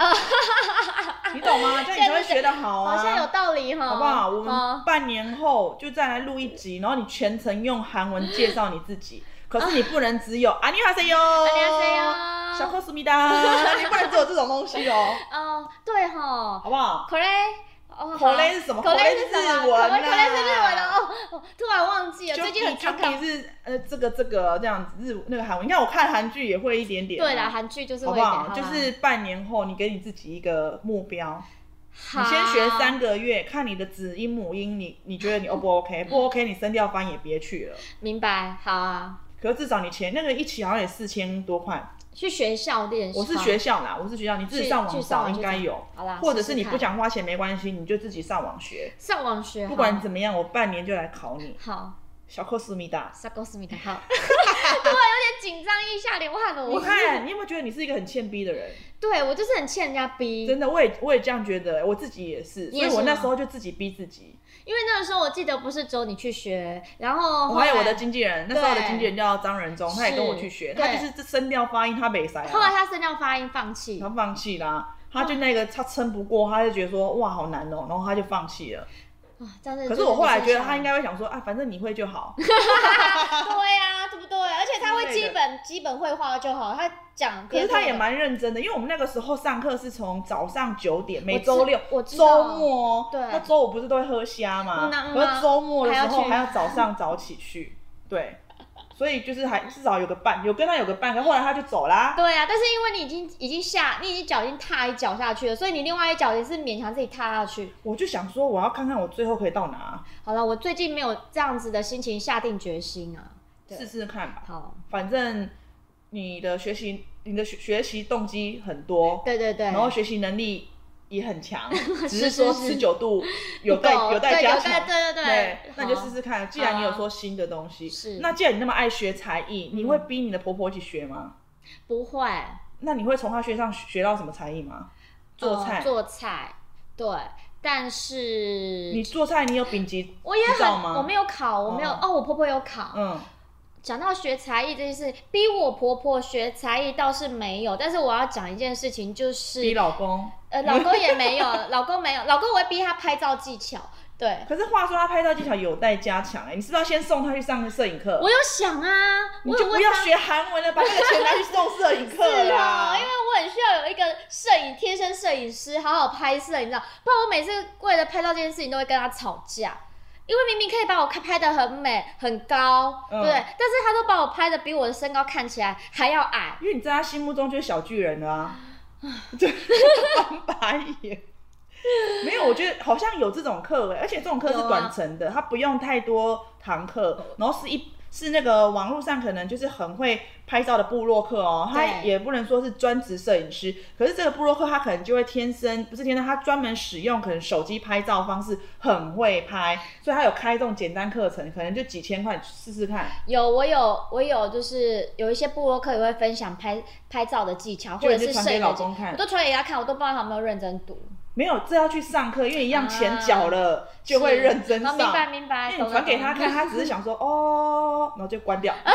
[SPEAKER 2] 你懂吗？这样你才会学得好啊，
[SPEAKER 3] 好像有道理哈，
[SPEAKER 2] 好不好？我
[SPEAKER 3] 哦
[SPEAKER 2] 们半年后就再来录一集，然后你全程用韩文介绍你自己，可是你不能只有안녕하세요，안
[SPEAKER 3] 啊 녕하세요
[SPEAKER 2] 小코思密 达，你不能只有这种东西哦，
[SPEAKER 3] 哦，对哈，
[SPEAKER 2] 好不好？
[SPEAKER 3] 口雷，哦，
[SPEAKER 2] 口雷是什么
[SPEAKER 3] 口
[SPEAKER 2] 口
[SPEAKER 3] 雷
[SPEAKER 2] 雷
[SPEAKER 3] 是
[SPEAKER 2] 是
[SPEAKER 3] 什么？
[SPEAKER 2] 日文啊
[SPEAKER 3] 口雷是日文的哦，哦突然忘记了，
[SPEAKER 2] 就
[SPEAKER 3] 最近很
[SPEAKER 2] 你
[SPEAKER 3] 常
[SPEAKER 2] 看
[SPEAKER 3] 看
[SPEAKER 2] 你。是呃这个这个这样子日那个韩文，你看我看韩剧也会一点点啊，
[SPEAKER 3] 对啦，韩剧就是
[SPEAKER 2] 好
[SPEAKER 3] 会
[SPEAKER 2] 不
[SPEAKER 3] 给
[SPEAKER 2] 好？
[SPEAKER 3] 他
[SPEAKER 2] 就是半年后你给你自己一个目标。
[SPEAKER 3] 好
[SPEAKER 2] 你先学三，个月，看你的子音母音，你你觉得你 O 不 OK？不 OK，你声调翻也别去了。
[SPEAKER 3] 明白？好啊，
[SPEAKER 2] 可是至少你钱那个一起好像也四千多块，
[SPEAKER 3] 去学校练。
[SPEAKER 2] 我是学，校啦，我是学校，你自己上网
[SPEAKER 3] 去去上
[SPEAKER 2] 找
[SPEAKER 3] 网
[SPEAKER 2] 应该有
[SPEAKER 3] 去找好啦，
[SPEAKER 2] 或者是你
[SPEAKER 3] 试试看
[SPEAKER 2] 不想花钱没关系，你就自己上网学。
[SPEAKER 3] 上网学，
[SPEAKER 2] 不管
[SPEAKER 3] 好
[SPEAKER 2] 怎么样，我半年就来考你。
[SPEAKER 3] 好，
[SPEAKER 2] 小扣思密达，
[SPEAKER 3] 萨克斯米的 好，突然有点紧张，一下流汗了。
[SPEAKER 2] 你
[SPEAKER 3] 我，
[SPEAKER 2] 看你有没有觉得你是一个很欠逼的人？
[SPEAKER 3] 对我就是很欠人家逼，
[SPEAKER 2] 真的，我也我也这样觉得，我自己也是，
[SPEAKER 3] 你
[SPEAKER 2] 所
[SPEAKER 3] 也
[SPEAKER 2] 以
[SPEAKER 3] 是
[SPEAKER 2] 我那
[SPEAKER 3] 吗
[SPEAKER 2] 时候就自己逼自己。
[SPEAKER 3] 因为那个时候我记得不是只有你去学，然后
[SPEAKER 2] 我
[SPEAKER 3] 哦后来
[SPEAKER 2] 还有我的经纪人，那时候的
[SPEAKER 3] 对
[SPEAKER 2] 经纪人叫张仁忠，他也跟我去学，他
[SPEAKER 3] 对
[SPEAKER 2] 就是这声调发音他没塞啊。
[SPEAKER 3] 后来他声调发音放弃
[SPEAKER 2] 他，放弃啦，他就那个他撑不过，他就觉得说哇好难
[SPEAKER 3] 嗯
[SPEAKER 2] 哦、然后他就放弃了。
[SPEAKER 3] 啊，但是
[SPEAKER 2] 可是我后来觉得他应该会想说啊，反正你会就 好，
[SPEAKER 3] 对啊，对不对？而且他会基本基本绘画就好，他讲
[SPEAKER 2] 可
[SPEAKER 3] 别
[SPEAKER 2] 是
[SPEAKER 3] 的，
[SPEAKER 2] 他也蛮认真的，因为我们那个时候上课是从早上九点，每
[SPEAKER 3] 知
[SPEAKER 2] 周六
[SPEAKER 3] 我、知道
[SPEAKER 2] 周末哦，
[SPEAKER 3] 对
[SPEAKER 2] 那周五不是都会喝虾嘛
[SPEAKER 3] 嗯啊嗯啊，
[SPEAKER 2] 可是周末的时候
[SPEAKER 3] 还要去
[SPEAKER 2] 还要早上早起去，对，所以就是还至少有个伴，有跟他有个伴，可后来他就走啦。
[SPEAKER 3] 对啊，但是因为你已经已经下，你已经脚已经踏一脚下去了，所以你另外一脚也是勉强自己踏下去。
[SPEAKER 2] 我就想说，我要看看我最后可以到哪，
[SPEAKER 3] 好了，我最近没有这样子的心情下定决心啊。对
[SPEAKER 2] 试试看吧。
[SPEAKER 3] 好，
[SPEAKER 2] 反正你的学习，你的学学习动机很多，
[SPEAKER 3] 对对对，
[SPEAKER 2] 然后学习能力也很强，只
[SPEAKER 3] 是
[SPEAKER 2] 是
[SPEAKER 3] 是
[SPEAKER 2] 说
[SPEAKER 3] 是
[SPEAKER 2] 持久度有待
[SPEAKER 3] 不够
[SPEAKER 2] 有待
[SPEAKER 3] 对
[SPEAKER 2] 加
[SPEAKER 3] 有待
[SPEAKER 2] 强。
[SPEAKER 3] 对对对
[SPEAKER 2] 那你就试试看。既然你有说新的东西，
[SPEAKER 3] 是
[SPEAKER 2] 那既然你那么爱学才艺，你
[SPEAKER 3] 嗯
[SPEAKER 2] 会逼你的婆婆一起学吗？
[SPEAKER 3] 不会
[SPEAKER 2] 那你会从她学上学到什么才艺吗？做菜
[SPEAKER 3] 呃，做菜，对，但是
[SPEAKER 2] 你做菜你有丙级
[SPEAKER 3] 我也
[SPEAKER 2] 知道
[SPEAKER 3] 很，
[SPEAKER 2] 吗
[SPEAKER 3] 我没有考，我没有
[SPEAKER 2] 哦
[SPEAKER 3] 哦我婆婆有考。
[SPEAKER 2] 嗯，
[SPEAKER 3] 讲到学才艺这件事，逼我婆婆学才艺倒是没有，但是我要讲一件事情，就是
[SPEAKER 2] 逼老公。
[SPEAKER 3] 呃，老公也没有， 老公没有，老公我会逼他拍照技巧。对，
[SPEAKER 2] 可是话说她拍照技巧有待加强哎，你是不是要先送她去上个摄影课
[SPEAKER 3] 我？有想啊，
[SPEAKER 2] 你
[SPEAKER 3] 我
[SPEAKER 2] 就
[SPEAKER 3] 有
[SPEAKER 2] 不
[SPEAKER 3] 问
[SPEAKER 2] 要
[SPEAKER 3] 他
[SPEAKER 2] 学韩文了，把那个钱拿去送摄影课
[SPEAKER 3] 是
[SPEAKER 2] 啦。
[SPEAKER 3] 哦，因为我很需要有一个摄影贴身摄影师，好好拍摄，你知道，不然我每次为了拍照这件事情都会跟他吵架。因为明明可以把我拍的很美很高，
[SPEAKER 2] 嗯
[SPEAKER 3] 对，但是他都把我拍的比我的身高看起来还要矮，
[SPEAKER 2] 因为你在他心目中就是小巨人了 啊，就翻白眼。没有，我觉得欸好像有这种课哎，而且这种课是
[SPEAKER 3] 有啊
[SPEAKER 2] 短程的，它不用太多堂课，然后是一是那个网络上可能就是很会拍照的部落客哦，他
[SPEAKER 3] 对
[SPEAKER 2] 也不能说是专职摄影师，可是这个部落客他可能就会天生不是天生，他专门使用可能手机拍照方式很会拍，所以他有开这种简单课程，可能就几千块试试看。
[SPEAKER 3] 有，我有，我有，就是有一些部落客也会分享拍拍照的技巧，
[SPEAKER 2] 就
[SPEAKER 3] 或者
[SPEAKER 2] 你就是传
[SPEAKER 3] 摄
[SPEAKER 2] 给
[SPEAKER 3] 影
[SPEAKER 2] 老
[SPEAKER 3] 的技
[SPEAKER 2] 公看
[SPEAKER 3] 我都传给他看，我都不知道他有没有认真读，
[SPEAKER 2] 没有，这要去上课，因为一样钱缴了、 就会
[SPEAKER 3] 是
[SPEAKER 2] 认真
[SPEAKER 3] 啊
[SPEAKER 2] 上。
[SPEAKER 3] 明白明白
[SPEAKER 2] 因为
[SPEAKER 3] 懂
[SPEAKER 2] 你
[SPEAKER 3] 了
[SPEAKER 2] 传给他
[SPEAKER 3] 懂了
[SPEAKER 2] 看，他只是想 说哦，然后就关掉
[SPEAKER 3] 啊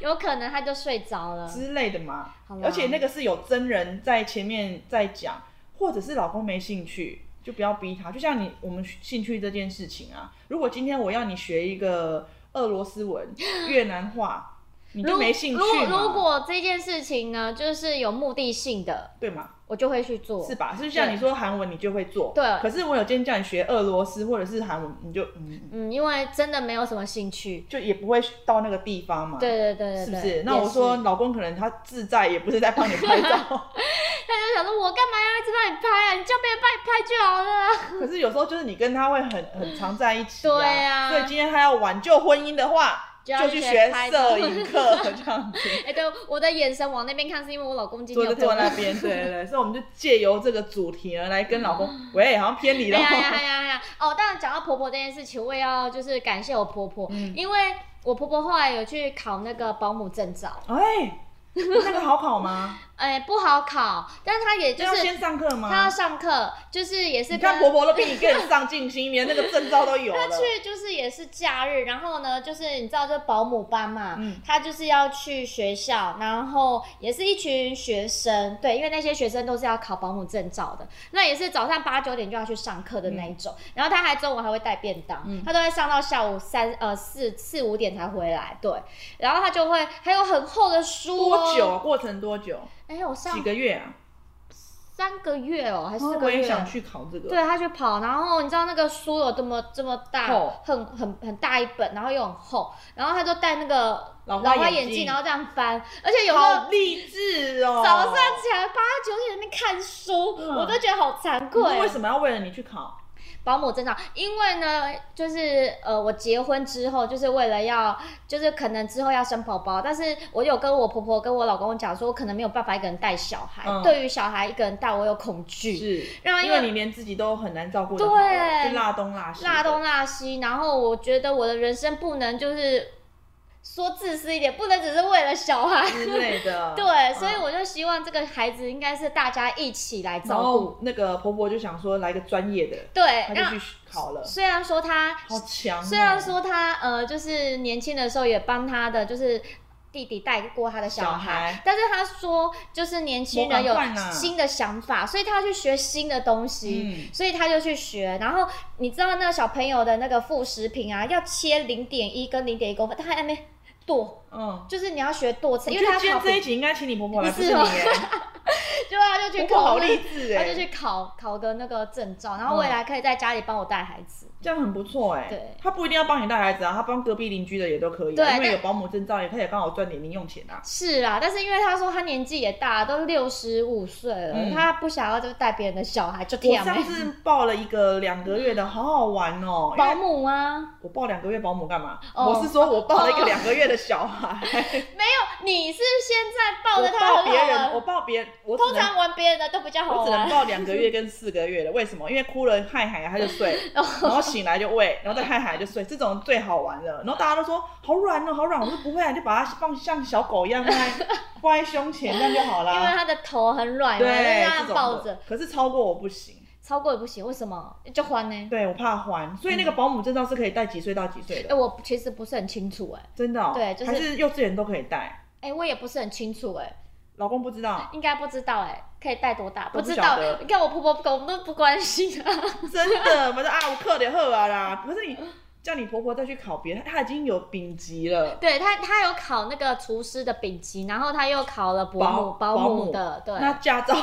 [SPEAKER 3] 有可能他就睡着了。
[SPEAKER 2] 之类的嘛
[SPEAKER 3] 好。啦
[SPEAKER 2] 而且那个是有真人在前面在讲，或者是老公没兴趣，就不要逼他。就像你我们兴趣这件事情啊，如果今天我要你学一个俄罗斯 文、越南话，你
[SPEAKER 3] 如
[SPEAKER 2] 就没兴
[SPEAKER 3] 如
[SPEAKER 2] 趣嘛
[SPEAKER 3] 如果这件事情呢，就是有目的性的，
[SPEAKER 2] 对嘛？
[SPEAKER 3] 我就会去做。
[SPEAKER 2] 是吧？是不是像
[SPEAKER 3] 对
[SPEAKER 2] 你说韩文，你就会做。
[SPEAKER 3] 对
[SPEAKER 2] 可是我有今天叫你学俄罗斯或者是韩文，你就嗯，
[SPEAKER 3] 嗯，因为真的没有什么兴趣。
[SPEAKER 2] 就也不会到那个地方嘛。
[SPEAKER 3] 对对对对对，
[SPEAKER 2] 啊是不是？那
[SPEAKER 3] 也
[SPEAKER 2] 我说，老公可能他自在，也不是在帮你拍照，
[SPEAKER 3] 他就想说，我干嘛要一直帮你拍啊？你叫别人帮你拍就好了。
[SPEAKER 2] 可是有时候就是你跟他会很很常在一起、
[SPEAKER 3] 对啊
[SPEAKER 2] 所以今天他要挽救婚姻的话，
[SPEAKER 3] 就
[SPEAKER 2] 就
[SPEAKER 3] 要
[SPEAKER 2] 去
[SPEAKER 3] 学
[SPEAKER 2] 学
[SPEAKER 3] 拍照
[SPEAKER 2] 摄影课这样 子。
[SPEAKER 3] 哎、对，我的眼神往那边看，是因为我老公今
[SPEAKER 2] 坐
[SPEAKER 3] 天
[SPEAKER 2] 在
[SPEAKER 3] 有
[SPEAKER 2] 坐
[SPEAKER 3] 跟
[SPEAKER 2] 在
[SPEAKER 3] 我
[SPEAKER 2] 那边， 对对对，所以我们就借由这个主题呢来跟老公，喂，好像偏离了
[SPEAKER 3] 哎，呀呀呀呀！哦，当然讲到婆婆这件事情，我也要就是感谢我婆婆，
[SPEAKER 2] 嗯
[SPEAKER 3] 因为我婆婆后来有去考那个保姆证照，
[SPEAKER 2] 哎，那个好考吗？
[SPEAKER 3] 哎，不好考，但是她 也就
[SPEAKER 2] 要
[SPEAKER 3] 是
[SPEAKER 2] 先上课吗？
[SPEAKER 3] 她要上课，就是也是
[SPEAKER 2] 你
[SPEAKER 3] 跟
[SPEAKER 2] 看婆婆都比你更上进心，连那个证照都有了
[SPEAKER 3] 她。去就是也是假日，然后呢，就是你知道，就保姆班嘛，
[SPEAKER 2] 嗯
[SPEAKER 3] 她就是要去学校，然后也是一群学生，对，因为那些学生都是要考保姆证照的，那也是早上八九点就要去上课的那一种，然后她还中午还会带便当，
[SPEAKER 2] 嗯
[SPEAKER 3] 她都会上到下午三呃四四五点才回来，对，然后她就会还有很厚的书、哦，
[SPEAKER 2] 多久啊？？过程多久？
[SPEAKER 3] 哎、我上
[SPEAKER 2] 几个月啊？
[SPEAKER 3] 三个月哦，还是
[SPEAKER 2] 哦
[SPEAKER 3] 四
[SPEAKER 2] 我
[SPEAKER 3] 个月？
[SPEAKER 2] 也想去考这个。
[SPEAKER 3] 对，他就跑，然后你知道那个书有这么这么大，
[SPEAKER 2] 厚
[SPEAKER 3] 很很很大一本，然后又很厚，然后他就戴那个
[SPEAKER 2] 老花
[SPEAKER 3] 老花
[SPEAKER 2] 眼
[SPEAKER 3] 眼
[SPEAKER 2] 镜
[SPEAKER 3] 然后这样翻，而且有时
[SPEAKER 2] 好
[SPEAKER 3] 候
[SPEAKER 2] 励志哦！
[SPEAKER 3] 早上起来八九点在那边看书，
[SPEAKER 2] 嗯
[SPEAKER 3] 我都觉得好惭
[SPEAKER 2] 可是
[SPEAKER 3] 愧。
[SPEAKER 2] 为什么要为了你去考？
[SPEAKER 3] 保姆证照，因为呢，就是呃，我结婚之后，就是为了要，就是可能之后要生宝宝，但是我有跟我婆婆跟我老公讲说，我可能没有办法一个人带小孩，
[SPEAKER 2] 嗯
[SPEAKER 3] 对于小孩一个人带我有恐惧。
[SPEAKER 2] 是，
[SPEAKER 3] 让
[SPEAKER 2] 因为你连自己都很难照顾得
[SPEAKER 3] 对
[SPEAKER 2] 好了，就拉东拉西的，
[SPEAKER 3] 辣东辣西，然后我觉得我的人生不能就是说自私一点，不能只是为了小孩。
[SPEAKER 2] 之类的。嗯
[SPEAKER 3] 对，所以我就希望这个孩子应该是大家一起来
[SPEAKER 2] 然
[SPEAKER 3] 照顾。
[SPEAKER 2] 后那个婆婆就想说来个专业的，
[SPEAKER 3] 对，
[SPEAKER 2] 她
[SPEAKER 3] 那
[SPEAKER 2] 就去考了，
[SPEAKER 3] 虽然说他，
[SPEAKER 2] 好强哦。
[SPEAKER 3] 虽然说他呃，就是年轻的时候也帮他的就是。弟弟带过他的小
[SPEAKER 2] 小
[SPEAKER 3] 孩，
[SPEAKER 2] 孩
[SPEAKER 3] 但是他说就是年轻人有
[SPEAKER 2] 我赶快啦
[SPEAKER 3] 新的想法，所以他要去学新的东西。
[SPEAKER 2] 嗯，
[SPEAKER 3] 所以他就去学。然后你知道那个小朋友的那个副食品啊，要切零点一跟零点一公分，他还在那边剁，
[SPEAKER 2] 嗯，
[SPEAKER 3] 就是你要学剁
[SPEAKER 2] 我
[SPEAKER 3] 菜，因
[SPEAKER 2] 觉
[SPEAKER 3] 为他
[SPEAKER 2] 得今
[SPEAKER 3] 考
[SPEAKER 2] 天
[SPEAKER 3] 不
[SPEAKER 2] 这一集应该请你婆婆来，
[SPEAKER 3] 不
[SPEAKER 2] 不
[SPEAKER 3] 是
[SPEAKER 2] 是你
[SPEAKER 3] 哦
[SPEAKER 2] 耶，
[SPEAKER 3] 就他就去
[SPEAKER 2] 婆婆
[SPEAKER 3] 考
[SPEAKER 2] 好
[SPEAKER 3] 那
[SPEAKER 2] 励志
[SPEAKER 3] 他就
[SPEAKER 2] 哎，
[SPEAKER 3] 去考考个那个证照，然后
[SPEAKER 2] 嗯
[SPEAKER 3] 未来可以在家里帮我带孩子。
[SPEAKER 2] 这样很不错哎。
[SPEAKER 3] 对
[SPEAKER 2] 她不一定要帮你带孩子啊，她帮隔壁邻居的也都可以啊，
[SPEAKER 3] 对
[SPEAKER 2] 因为
[SPEAKER 3] 但
[SPEAKER 2] 有保姆证照，也可以刚好赚点零用钱啊。
[SPEAKER 3] 是啊，但是因为他说他年纪也大，都六十五岁了，
[SPEAKER 2] 嗯
[SPEAKER 3] 他不想要就带别人的小孩，就
[SPEAKER 2] 我
[SPEAKER 3] 天
[SPEAKER 2] 上次报了一个两个月的，好好玩哦。因为
[SPEAKER 3] 嗯保姆啊，
[SPEAKER 2] 我报两个月保姆干嘛？
[SPEAKER 3] 哦
[SPEAKER 2] 我是说我报了一
[SPEAKER 3] 哦
[SPEAKER 2] 个两个月的小孩，
[SPEAKER 3] 你是现在 抱
[SPEAKER 2] 我
[SPEAKER 3] 着他
[SPEAKER 2] 报
[SPEAKER 3] 很
[SPEAKER 2] 别
[SPEAKER 3] 好
[SPEAKER 2] 人，我
[SPEAKER 3] 玩，
[SPEAKER 2] 报别人，我只
[SPEAKER 3] 通
[SPEAKER 2] 能
[SPEAKER 3] 常玩别人的都比较好
[SPEAKER 2] 我只能
[SPEAKER 3] 玩。
[SPEAKER 2] 报两个月跟四个月的，为什么？因为哭了害海他就 睡，
[SPEAKER 3] 哦
[SPEAKER 2] 然后醒来就喂，然后再害海就睡，这种最好玩了。然后大家都说好软哦，好软，我说不会啊，你就把它放像小狗一样放 在放在胸前，这样就好
[SPEAKER 3] 因为
[SPEAKER 2] 啦。
[SPEAKER 3] 他的头很软，然后
[SPEAKER 2] 啊对，
[SPEAKER 3] 让
[SPEAKER 2] 这
[SPEAKER 3] 他
[SPEAKER 2] 种
[SPEAKER 3] 抱着
[SPEAKER 2] 的，。可是超过我不行，
[SPEAKER 3] 超过也不行，为什么？就还呢？
[SPEAKER 2] 对我怕还，所以
[SPEAKER 3] 嗯
[SPEAKER 2] 那个保姆证照是可以带几岁到几岁
[SPEAKER 3] 哎、
[SPEAKER 2] 的，
[SPEAKER 3] 我其实不是很清楚、哎，
[SPEAKER 2] 真的、哦。
[SPEAKER 3] 对就是
[SPEAKER 2] 还是幼稚园都可以带。
[SPEAKER 3] 哎，我也不是很清楚、哎，
[SPEAKER 2] 老公不知 道，
[SPEAKER 3] 应该不知道、哎，可以带多大？
[SPEAKER 2] 我不
[SPEAKER 3] 知
[SPEAKER 2] 晓
[SPEAKER 3] 道
[SPEAKER 2] 得，
[SPEAKER 3] 你看我婆婆不跟我们都不关心啊。
[SPEAKER 2] 真的，我说啊，我克点喝啊啦。可是你叫你婆婆再去考别的，她已经有丙级了，
[SPEAKER 3] 对她，她有考那个厨师的丙级，然后她又考了保
[SPEAKER 2] 保
[SPEAKER 3] 姆保
[SPEAKER 2] 保
[SPEAKER 3] 姆
[SPEAKER 2] 姆
[SPEAKER 3] 的，对，
[SPEAKER 2] 那驾照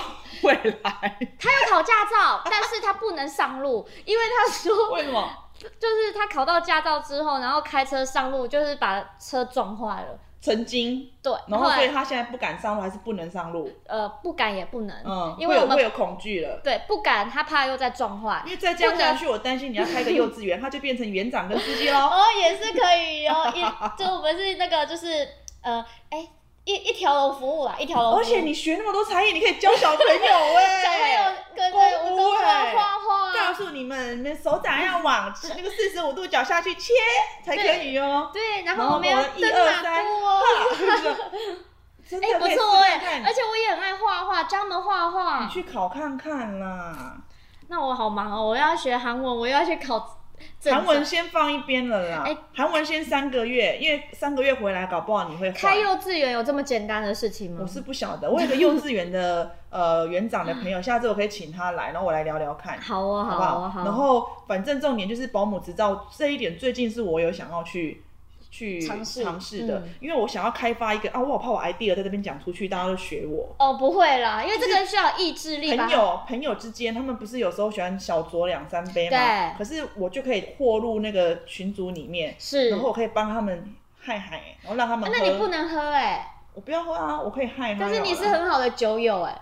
[SPEAKER 2] 未来
[SPEAKER 3] 她要考驾照， 但是她不能上路，因为她说，
[SPEAKER 2] 为什么？
[SPEAKER 3] 就是她考到驾照之后，然后开车上路，就是把车撞坏了。
[SPEAKER 2] 曾经，
[SPEAKER 3] 对，
[SPEAKER 2] 然后
[SPEAKER 3] 后
[SPEAKER 2] 所以
[SPEAKER 3] 来
[SPEAKER 2] 他现在不敢上路，还是不能上路，
[SPEAKER 3] 呃不敢也不能，
[SPEAKER 2] 嗯，
[SPEAKER 3] 因
[SPEAKER 2] 会
[SPEAKER 3] 为我
[SPEAKER 2] 有会
[SPEAKER 3] 们
[SPEAKER 2] 有恐惧了。
[SPEAKER 3] 对不敢，他怕又在 撞坏
[SPEAKER 2] 因。为再这样
[SPEAKER 3] 不
[SPEAKER 2] 下
[SPEAKER 3] 能
[SPEAKER 2] 去，我担心你要开个幼稚 园，他就变成园长跟司机 喽。
[SPEAKER 3] 哦，也是可以哦，一就我们是那个就是呃，哎一一条龙服务啊啦，一条龙服务。
[SPEAKER 2] 而且你学那么多才艺，你可以教小朋友
[SPEAKER 3] 哦小朋
[SPEAKER 2] 哎、
[SPEAKER 3] 友跟
[SPEAKER 2] 功
[SPEAKER 3] 着
[SPEAKER 2] 夫
[SPEAKER 3] 武功啊
[SPEAKER 2] 哎
[SPEAKER 3] 画画啊
[SPEAKER 2] 告诉你们，你们手掌要往 那个四十五度角下去切才可以哦。
[SPEAKER 3] 对，然
[SPEAKER 2] 然
[SPEAKER 3] 后
[SPEAKER 2] 后
[SPEAKER 3] 我们要
[SPEAKER 2] 我一
[SPEAKER 3] 蹲
[SPEAKER 2] 二
[SPEAKER 3] 马
[SPEAKER 2] 三
[SPEAKER 3] 步哦。
[SPEAKER 2] 真
[SPEAKER 3] 哎、
[SPEAKER 2] 的
[SPEAKER 3] 不
[SPEAKER 2] 可以试
[SPEAKER 3] 错哎、
[SPEAKER 2] 看看
[SPEAKER 3] 而且我也很爱画画，教他们画
[SPEAKER 2] 你
[SPEAKER 3] 画。
[SPEAKER 2] 去考看看啦。
[SPEAKER 3] 那我好忙哦，我要学韩文，我又要去考证照
[SPEAKER 2] 韩文先放一边了啦
[SPEAKER 3] 哎，
[SPEAKER 2] 韩文先三个月，因为三个月回来搞不好你会
[SPEAKER 3] 开
[SPEAKER 2] 换。
[SPEAKER 3] 幼稚园有这么简单的事情吗？
[SPEAKER 2] 我是不晓得，我有个幼稚园的呃园长的朋 友，下次我可以请他来，然后我来聊聊看，
[SPEAKER 3] 好哦，
[SPEAKER 2] 好
[SPEAKER 3] 好
[SPEAKER 2] 不好？
[SPEAKER 3] 哦，好。
[SPEAKER 2] 然后反正重点就是保姆执照这一点，最近是我有想要去。去
[SPEAKER 3] 尝试
[SPEAKER 2] 尝试的
[SPEAKER 3] 嗯，
[SPEAKER 2] 因为我想要开发一个啊，我好怕我 idea 在这边讲出去，大家都学我。
[SPEAKER 3] 哦，不会啦，因为这个需要意志力吧
[SPEAKER 2] 朋？友朋友之间，他们不是有时候喜欢小酌两三杯嘛？
[SPEAKER 3] 对
[SPEAKER 2] 可是我就可以豁入那个群组里面，
[SPEAKER 3] 是
[SPEAKER 2] 然后我可以帮他们害害、然后让他们
[SPEAKER 3] 啊
[SPEAKER 2] 喝。
[SPEAKER 3] 那你不能喝哎、
[SPEAKER 2] 我不要喝啊，我可以害他。
[SPEAKER 3] 但是你是很好的酒友哎、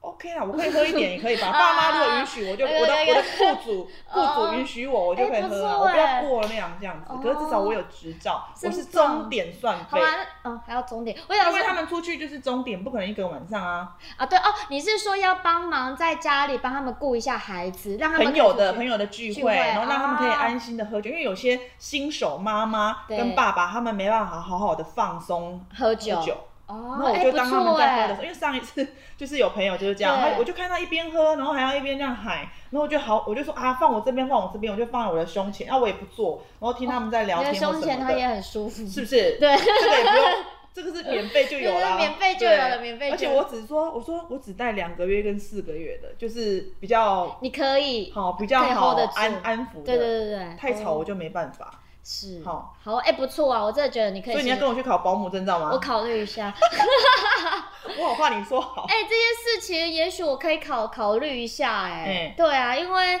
[SPEAKER 2] OK 啦，我可以喝一点，也可以吧。
[SPEAKER 3] 啊
[SPEAKER 2] 爸妈如果允许，我就
[SPEAKER 3] 有有
[SPEAKER 2] 我的
[SPEAKER 3] 有
[SPEAKER 2] 我的雇主
[SPEAKER 3] 哦
[SPEAKER 2] 雇主允许我，我就可以喝啊，
[SPEAKER 3] 哎不
[SPEAKER 2] 我
[SPEAKER 3] 错
[SPEAKER 2] 不
[SPEAKER 3] 哎
[SPEAKER 2] 要过量这样子
[SPEAKER 3] 哦。
[SPEAKER 2] 可是至少我有执照，
[SPEAKER 3] 真
[SPEAKER 2] 我
[SPEAKER 3] 棒
[SPEAKER 2] 是终点算
[SPEAKER 3] 好
[SPEAKER 2] 费。
[SPEAKER 3] 啊，那哦还要终点，我
[SPEAKER 2] 因
[SPEAKER 3] 想
[SPEAKER 2] 为他
[SPEAKER 3] 说
[SPEAKER 2] 们出去就是终点，不可能一个晚上啊。
[SPEAKER 3] 啊，对哦，你是说要帮忙在家里帮他们顾一下孩子，让他们
[SPEAKER 2] 朋友的
[SPEAKER 3] 可以出去
[SPEAKER 2] 朋友的聚
[SPEAKER 3] 聚
[SPEAKER 2] 会，
[SPEAKER 3] 会
[SPEAKER 2] 然后让他们可以
[SPEAKER 3] 啊
[SPEAKER 2] 安心的喝酒，因为有些新手妈妈
[SPEAKER 3] 对
[SPEAKER 2] 跟爸爸他们没办法好好的放松
[SPEAKER 3] 喝
[SPEAKER 2] 酒
[SPEAKER 3] 酒，
[SPEAKER 2] 然
[SPEAKER 3] 哦，
[SPEAKER 2] 后我
[SPEAKER 3] 哎
[SPEAKER 2] 就
[SPEAKER 3] 不
[SPEAKER 2] 当他们
[SPEAKER 3] 错
[SPEAKER 2] 在喝
[SPEAKER 3] 哎
[SPEAKER 2] 的时候，因为上一次就是有朋友就是这样，
[SPEAKER 3] 对
[SPEAKER 2] 他我就看他一边喝，然后还要一边这样喊，然后我就好，我就说啊，放我这边，放我这边，我就放在我的胸前，然后我也不做，然后听他们在聊
[SPEAKER 3] 哦你
[SPEAKER 2] 天
[SPEAKER 3] 的
[SPEAKER 2] 或
[SPEAKER 3] 胸
[SPEAKER 2] 什
[SPEAKER 3] 前
[SPEAKER 2] 么
[SPEAKER 3] 它也
[SPEAKER 2] 的，
[SPEAKER 3] 很舒服，
[SPEAKER 2] 是不是？
[SPEAKER 3] 对，
[SPEAKER 2] 这个也不用，这个是免费就有啦，
[SPEAKER 3] 对免费就有了
[SPEAKER 2] 对
[SPEAKER 3] 免费就有
[SPEAKER 2] 而且我只是说，我说我只带两个月跟四个月的，就是比较
[SPEAKER 3] 你可以，
[SPEAKER 2] 好，比较
[SPEAKER 3] 可以
[SPEAKER 2] 好
[SPEAKER 3] hold 得住
[SPEAKER 2] 安安抚的，
[SPEAKER 3] 对对对对，
[SPEAKER 2] 太吵
[SPEAKER 3] 哦
[SPEAKER 2] 我就没办法，
[SPEAKER 3] 是
[SPEAKER 2] 好，
[SPEAKER 3] 好哎、不错啊，我真的觉得你可以
[SPEAKER 2] 所
[SPEAKER 3] 试
[SPEAKER 2] 以
[SPEAKER 3] 试，
[SPEAKER 2] 你要跟我去考保姆证照吗？
[SPEAKER 3] 我考虑一下，
[SPEAKER 2] 我好怕你说好，
[SPEAKER 3] 哎、这件事情也许我可以考考虑一下、哎、
[SPEAKER 2] 哎
[SPEAKER 3] 对啊，因为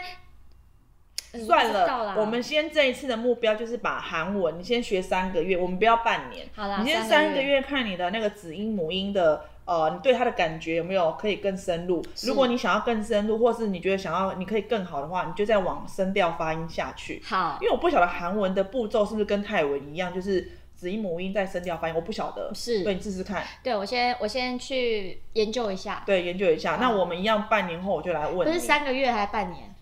[SPEAKER 3] 嗯
[SPEAKER 2] 算
[SPEAKER 3] 不知道
[SPEAKER 2] 了
[SPEAKER 3] 啦，
[SPEAKER 2] 我们先这一次的目标就是把韩文，你先学三个月，我们不要半年。
[SPEAKER 3] 好啦
[SPEAKER 2] 你先
[SPEAKER 3] 三个
[SPEAKER 2] 三个月看你的那个子音母音的，呃，你对它的感觉有没有可以更深入？
[SPEAKER 3] 是
[SPEAKER 2] 如果你想要更深入，或是你觉得想要你可以更好的话，你就再往声调发音下去。
[SPEAKER 3] 好
[SPEAKER 2] 因为我不晓得韩文的步骤是不是跟泰文一样，就是子音母音再声调发音，我不晓得。
[SPEAKER 3] 是
[SPEAKER 2] 对你试试看，
[SPEAKER 3] 对我先我先去研究一下，
[SPEAKER 2] 对，研究一下。那我们一样，半年后我就来问
[SPEAKER 3] 不
[SPEAKER 2] 你。
[SPEAKER 3] 是三个月还是半年？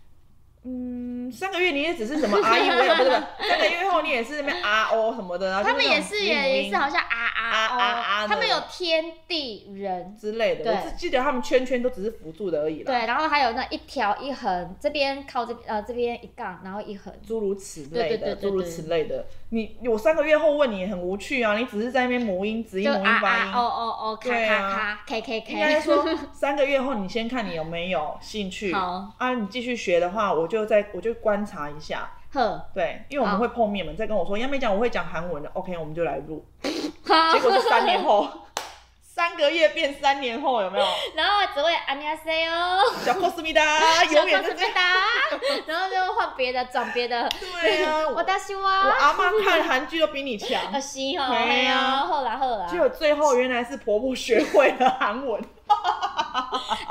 [SPEAKER 2] 嗯，三个月你也只是什么阿姨，我也不是 不是，三个月后你也是那边啊哦什么的，然后
[SPEAKER 3] 他
[SPEAKER 2] 就
[SPEAKER 3] 们
[SPEAKER 2] 那种
[SPEAKER 3] 也是
[SPEAKER 2] 子母
[SPEAKER 3] 也也
[SPEAKER 2] 音
[SPEAKER 3] 是好像啊啊
[SPEAKER 2] 啊啊啊
[SPEAKER 3] 哦，他
[SPEAKER 2] 的
[SPEAKER 3] 们有天地人。
[SPEAKER 2] 之类的，
[SPEAKER 3] 对
[SPEAKER 2] 我只记得他们圈圈都只是辅助的而已啦，
[SPEAKER 3] 对，啊然后还有那一条一横，这边靠这呃这边一杠，然后一横，
[SPEAKER 2] 诸如此类
[SPEAKER 3] 对对
[SPEAKER 2] 的，
[SPEAKER 3] 对对
[SPEAKER 2] 诸如此类的。你我三个月后问你也很无趣啊，你只是在那边母音、子音、
[SPEAKER 3] 就
[SPEAKER 2] 母音、
[SPEAKER 3] 啊
[SPEAKER 2] 发
[SPEAKER 3] 啊
[SPEAKER 2] 音。
[SPEAKER 3] 哦哦哦，咔
[SPEAKER 2] 对
[SPEAKER 3] 咔
[SPEAKER 2] 啊
[SPEAKER 3] 咔，K K
[SPEAKER 2] 应该
[SPEAKER 3] K，
[SPEAKER 2] 说三个月后你先看你有没有兴趣，
[SPEAKER 3] 好
[SPEAKER 2] 啊，你继续学的话，我就再我就观察一下，
[SPEAKER 3] 呵，
[SPEAKER 2] 对，因为我们
[SPEAKER 3] 好
[SPEAKER 2] 会碰面嘛，你再跟我说，要没讲我会讲韩文的，OK，我们就来录。结
[SPEAKER 3] 好，
[SPEAKER 2] 果是三年后，三个月变三年后，有没有？
[SPEAKER 3] 然后只会安尼亚 say 哦，
[SPEAKER 2] 小 cos 米达 永远
[SPEAKER 3] 小
[SPEAKER 2] 在
[SPEAKER 3] 公
[SPEAKER 2] 这
[SPEAKER 3] 司
[SPEAKER 2] 样。
[SPEAKER 3] 哒， 然后就换别的，转别 的，
[SPEAKER 2] 对啊，我
[SPEAKER 3] 我担心
[SPEAKER 2] 我
[SPEAKER 3] 哇，
[SPEAKER 2] 阿妈看韩剧都比你强
[SPEAKER 3] 啊，是哦，
[SPEAKER 2] 嘿
[SPEAKER 3] 嘿
[SPEAKER 2] 啊
[SPEAKER 3] 哦，好啦好啦
[SPEAKER 2] 结，果最后原来是婆婆学会了韩文。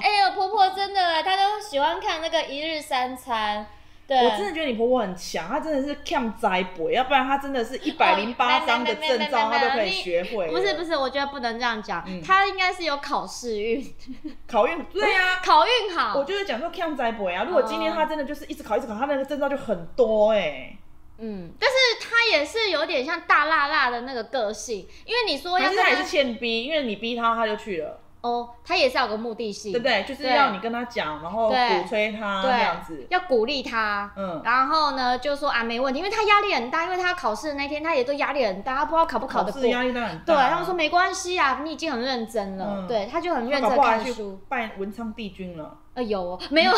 [SPEAKER 3] 哎呦，婆婆真的，她都喜欢看那个一日三餐，对，
[SPEAKER 2] 我真的觉得你婆婆很强，她真的是 cam 栽培，要不然她真的是一百零八张的证照她都可以学会。
[SPEAKER 3] 不是不，是，我觉得不能这样讲
[SPEAKER 2] 嗯，
[SPEAKER 3] 她应该是有考试运，
[SPEAKER 2] 考运对呀、
[SPEAKER 3] 考运好，
[SPEAKER 2] 我就是讲说 cam 栽培啊，如果今天她真的就是一直考一直考，她那个证照就很多哎、
[SPEAKER 3] 嗯，但是他也是有点像大辣辣的那个个性，因为你说要
[SPEAKER 2] 可是
[SPEAKER 3] 跟
[SPEAKER 2] 她也是
[SPEAKER 3] 他
[SPEAKER 2] 欠逼，因为你逼她，她就去了，
[SPEAKER 3] 哦，他也是要有个目的性，
[SPEAKER 2] 对不对？就是
[SPEAKER 3] 对
[SPEAKER 2] 要你跟她讲，然后
[SPEAKER 3] 对
[SPEAKER 2] 鼓吹她这
[SPEAKER 3] 对
[SPEAKER 2] 样子。
[SPEAKER 3] 要鼓励他。
[SPEAKER 2] 嗯，
[SPEAKER 3] 然后呢，就说啊，没问题，因为他压力很大，因为他考试的那天他也都压力很大，他不知道考不考
[SPEAKER 2] 考
[SPEAKER 3] 得过。
[SPEAKER 2] 试压力当然很
[SPEAKER 3] 对，
[SPEAKER 2] 大啊。
[SPEAKER 3] 然后说没关系啊，你已经很认真了，
[SPEAKER 2] 嗯
[SPEAKER 3] 对，他就很
[SPEAKER 2] 他
[SPEAKER 3] 认
[SPEAKER 2] 搞
[SPEAKER 3] 真
[SPEAKER 2] 不好
[SPEAKER 3] 看
[SPEAKER 2] 还去
[SPEAKER 3] 书。
[SPEAKER 2] 拜文昌帝君了，
[SPEAKER 3] 呃，有哦没有？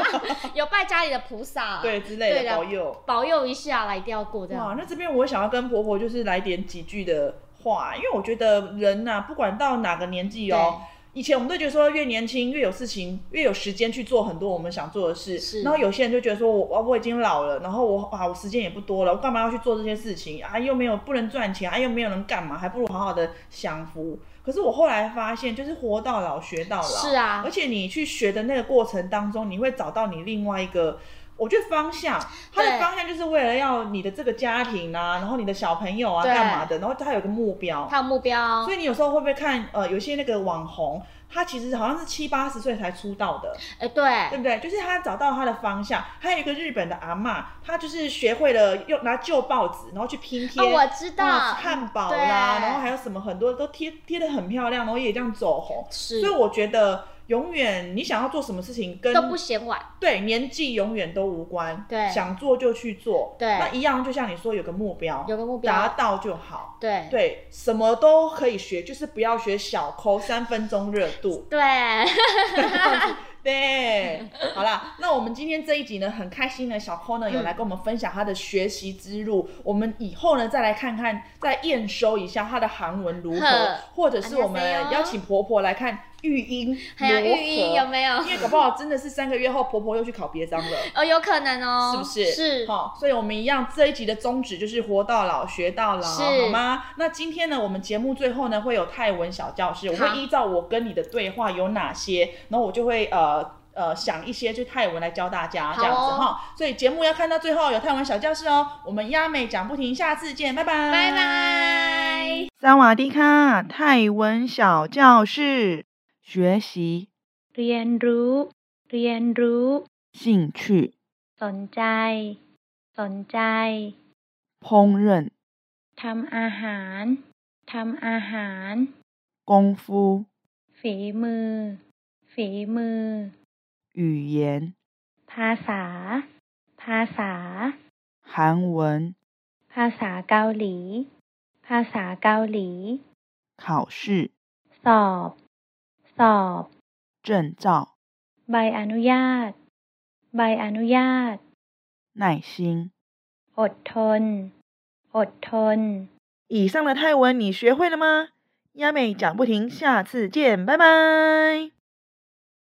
[SPEAKER 3] 有拜家里的菩萨，
[SPEAKER 2] 对之类
[SPEAKER 3] 啊对
[SPEAKER 2] 的
[SPEAKER 3] 的
[SPEAKER 2] 保佑。
[SPEAKER 3] 保佑一下啦，一定要过这
[SPEAKER 2] 哇，
[SPEAKER 3] 样。
[SPEAKER 2] 那这边我想要跟婆婆就是来点几句的话，因为我觉得人呐、不管到哪个年纪哦，以前我们都觉得说越年轻越有事情，越有时间去做很多我们想做的事。
[SPEAKER 3] 是
[SPEAKER 2] 然后有些人就觉得说我，我我已经老了，然后我啊我时间也不多了，我干嘛要去做这些事情啊？又没有不能赚钱，啊又没有人干嘛，还不如好好的享福。可是我后来发现，就是活到老学到老。
[SPEAKER 3] 是啊
[SPEAKER 2] 而，且你去学的那个过程当中，你会找到你另外一个，我觉得方向，它的
[SPEAKER 3] 对
[SPEAKER 2] 方向就是为了要你的这个家庭啊，然后你的小朋友啊，
[SPEAKER 3] 对
[SPEAKER 2] 干嘛的，然后它有个目标。
[SPEAKER 3] 他有目标
[SPEAKER 2] 所，以你有时候会不会看呃，有些那个网红，他其实好像是七八十岁才出道的，
[SPEAKER 3] 哎，
[SPEAKER 2] 对
[SPEAKER 3] 对，
[SPEAKER 2] 不对？就是他找到他的方向。还有一个日本的阿嬷，她就是学会了用拿旧报纸，然后去拼贴，
[SPEAKER 3] 哦，我知
[SPEAKER 2] 嗯
[SPEAKER 3] 道，嗯
[SPEAKER 2] 汉堡
[SPEAKER 3] 对
[SPEAKER 2] 啦，然后还有什么很多都贴贴的很漂亮，然后也这样走红。
[SPEAKER 3] 是
[SPEAKER 2] 所以我觉得永远你想要做什么事情跟
[SPEAKER 3] 都不嫌晚，
[SPEAKER 2] 对年纪永远都无关，
[SPEAKER 3] 对
[SPEAKER 2] 想做就去做，
[SPEAKER 3] 对
[SPEAKER 2] 那一样就像你说有个目标，
[SPEAKER 3] 有个目
[SPEAKER 2] 达
[SPEAKER 3] 标，
[SPEAKER 2] 到就好。
[SPEAKER 3] 对。
[SPEAKER 2] 对，什么都可以学，就是不要学小抠三分钟热度
[SPEAKER 3] 对，
[SPEAKER 2] 对，好啦，那我们今天这一集呢，很开心呢，小抠
[SPEAKER 3] 嗯
[SPEAKER 2] 呢有来跟我们分享他的学习之路。我们以后呢再来看看，再验收一下他的韩文如何
[SPEAKER 3] 呵，啊
[SPEAKER 2] 或者是我们
[SPEAKER 3] 안녕하세요
[SPEAKER 2] 邀请婆婆来看育婴
[SPEAKER 3] 哦还有
[SPEAKER 2] 如何
[SPEAKER 3] 育婴有没有？
[SPEAKER 2] 因为搞不好真的是三个月后，婆婆又去考别章 了。
[SPEAKER 3] 哦，有可能哦，
[SPEAKER 2] 是不是？
[SPEAKER 3] 是，
[SPEAKER 2] 好、所以我们一样这一集的宗旨就是活到老学到老，
[SPEAKER 3] 是
[SPEAKER 2] 好吗？那今天呢，我们节目最后呢会有泰文小教室，我
[SPEAKER 3] 好
[SPEAKER 2] 会依照我跟你的对话有哪些，然后我就会呃。呃，想一些就泰文来教大家这样子
[SPEAKER 3] 好哦
[SPEAKER 2] 哈、所以节目要看到最后有泰文小教室哦。我们亚美讲不停，下次见，拜拜，
[SPEAKER 3] 拜拜。
[SPEAKER 2] 萨瓦迪卡，泰文小教室，学习
[SPEAKER 4] เรียนรู้ เรียนรู้
[SPEAKER 2] 兴趣，
[SPEAKER 4] สนใจ สนใจ
[SPEAKER 2] 烹饪
[SPEAKER 4] ทำอาหาร ทำอาหาร
[SPEAKER 2] 功夫，
[SPEAKER 4] ฝีมือ ฝีมือ
[SPEAKER 2] 语言
[SPEAKER 4] ภาษา ภาษา
[SPEAKER 2] 韩文，
[SPEAKER 4] ภาษาเกาหลี ภาษาเกาหลี
[SPEAKER 2] 考试
[SPEAKER 4] สอบ สอบ
[SPEAKER 2] 证照。
[SPEAKER 4] ใบอนุญาต ใบอนุญาต
[SPEAKER 2] 耐心。
[SPEAKER 4] อดทน อดทน
[SPEAKER 2] 以上的泰文你学会了吗？亚美讲不停，下次见，拜拜。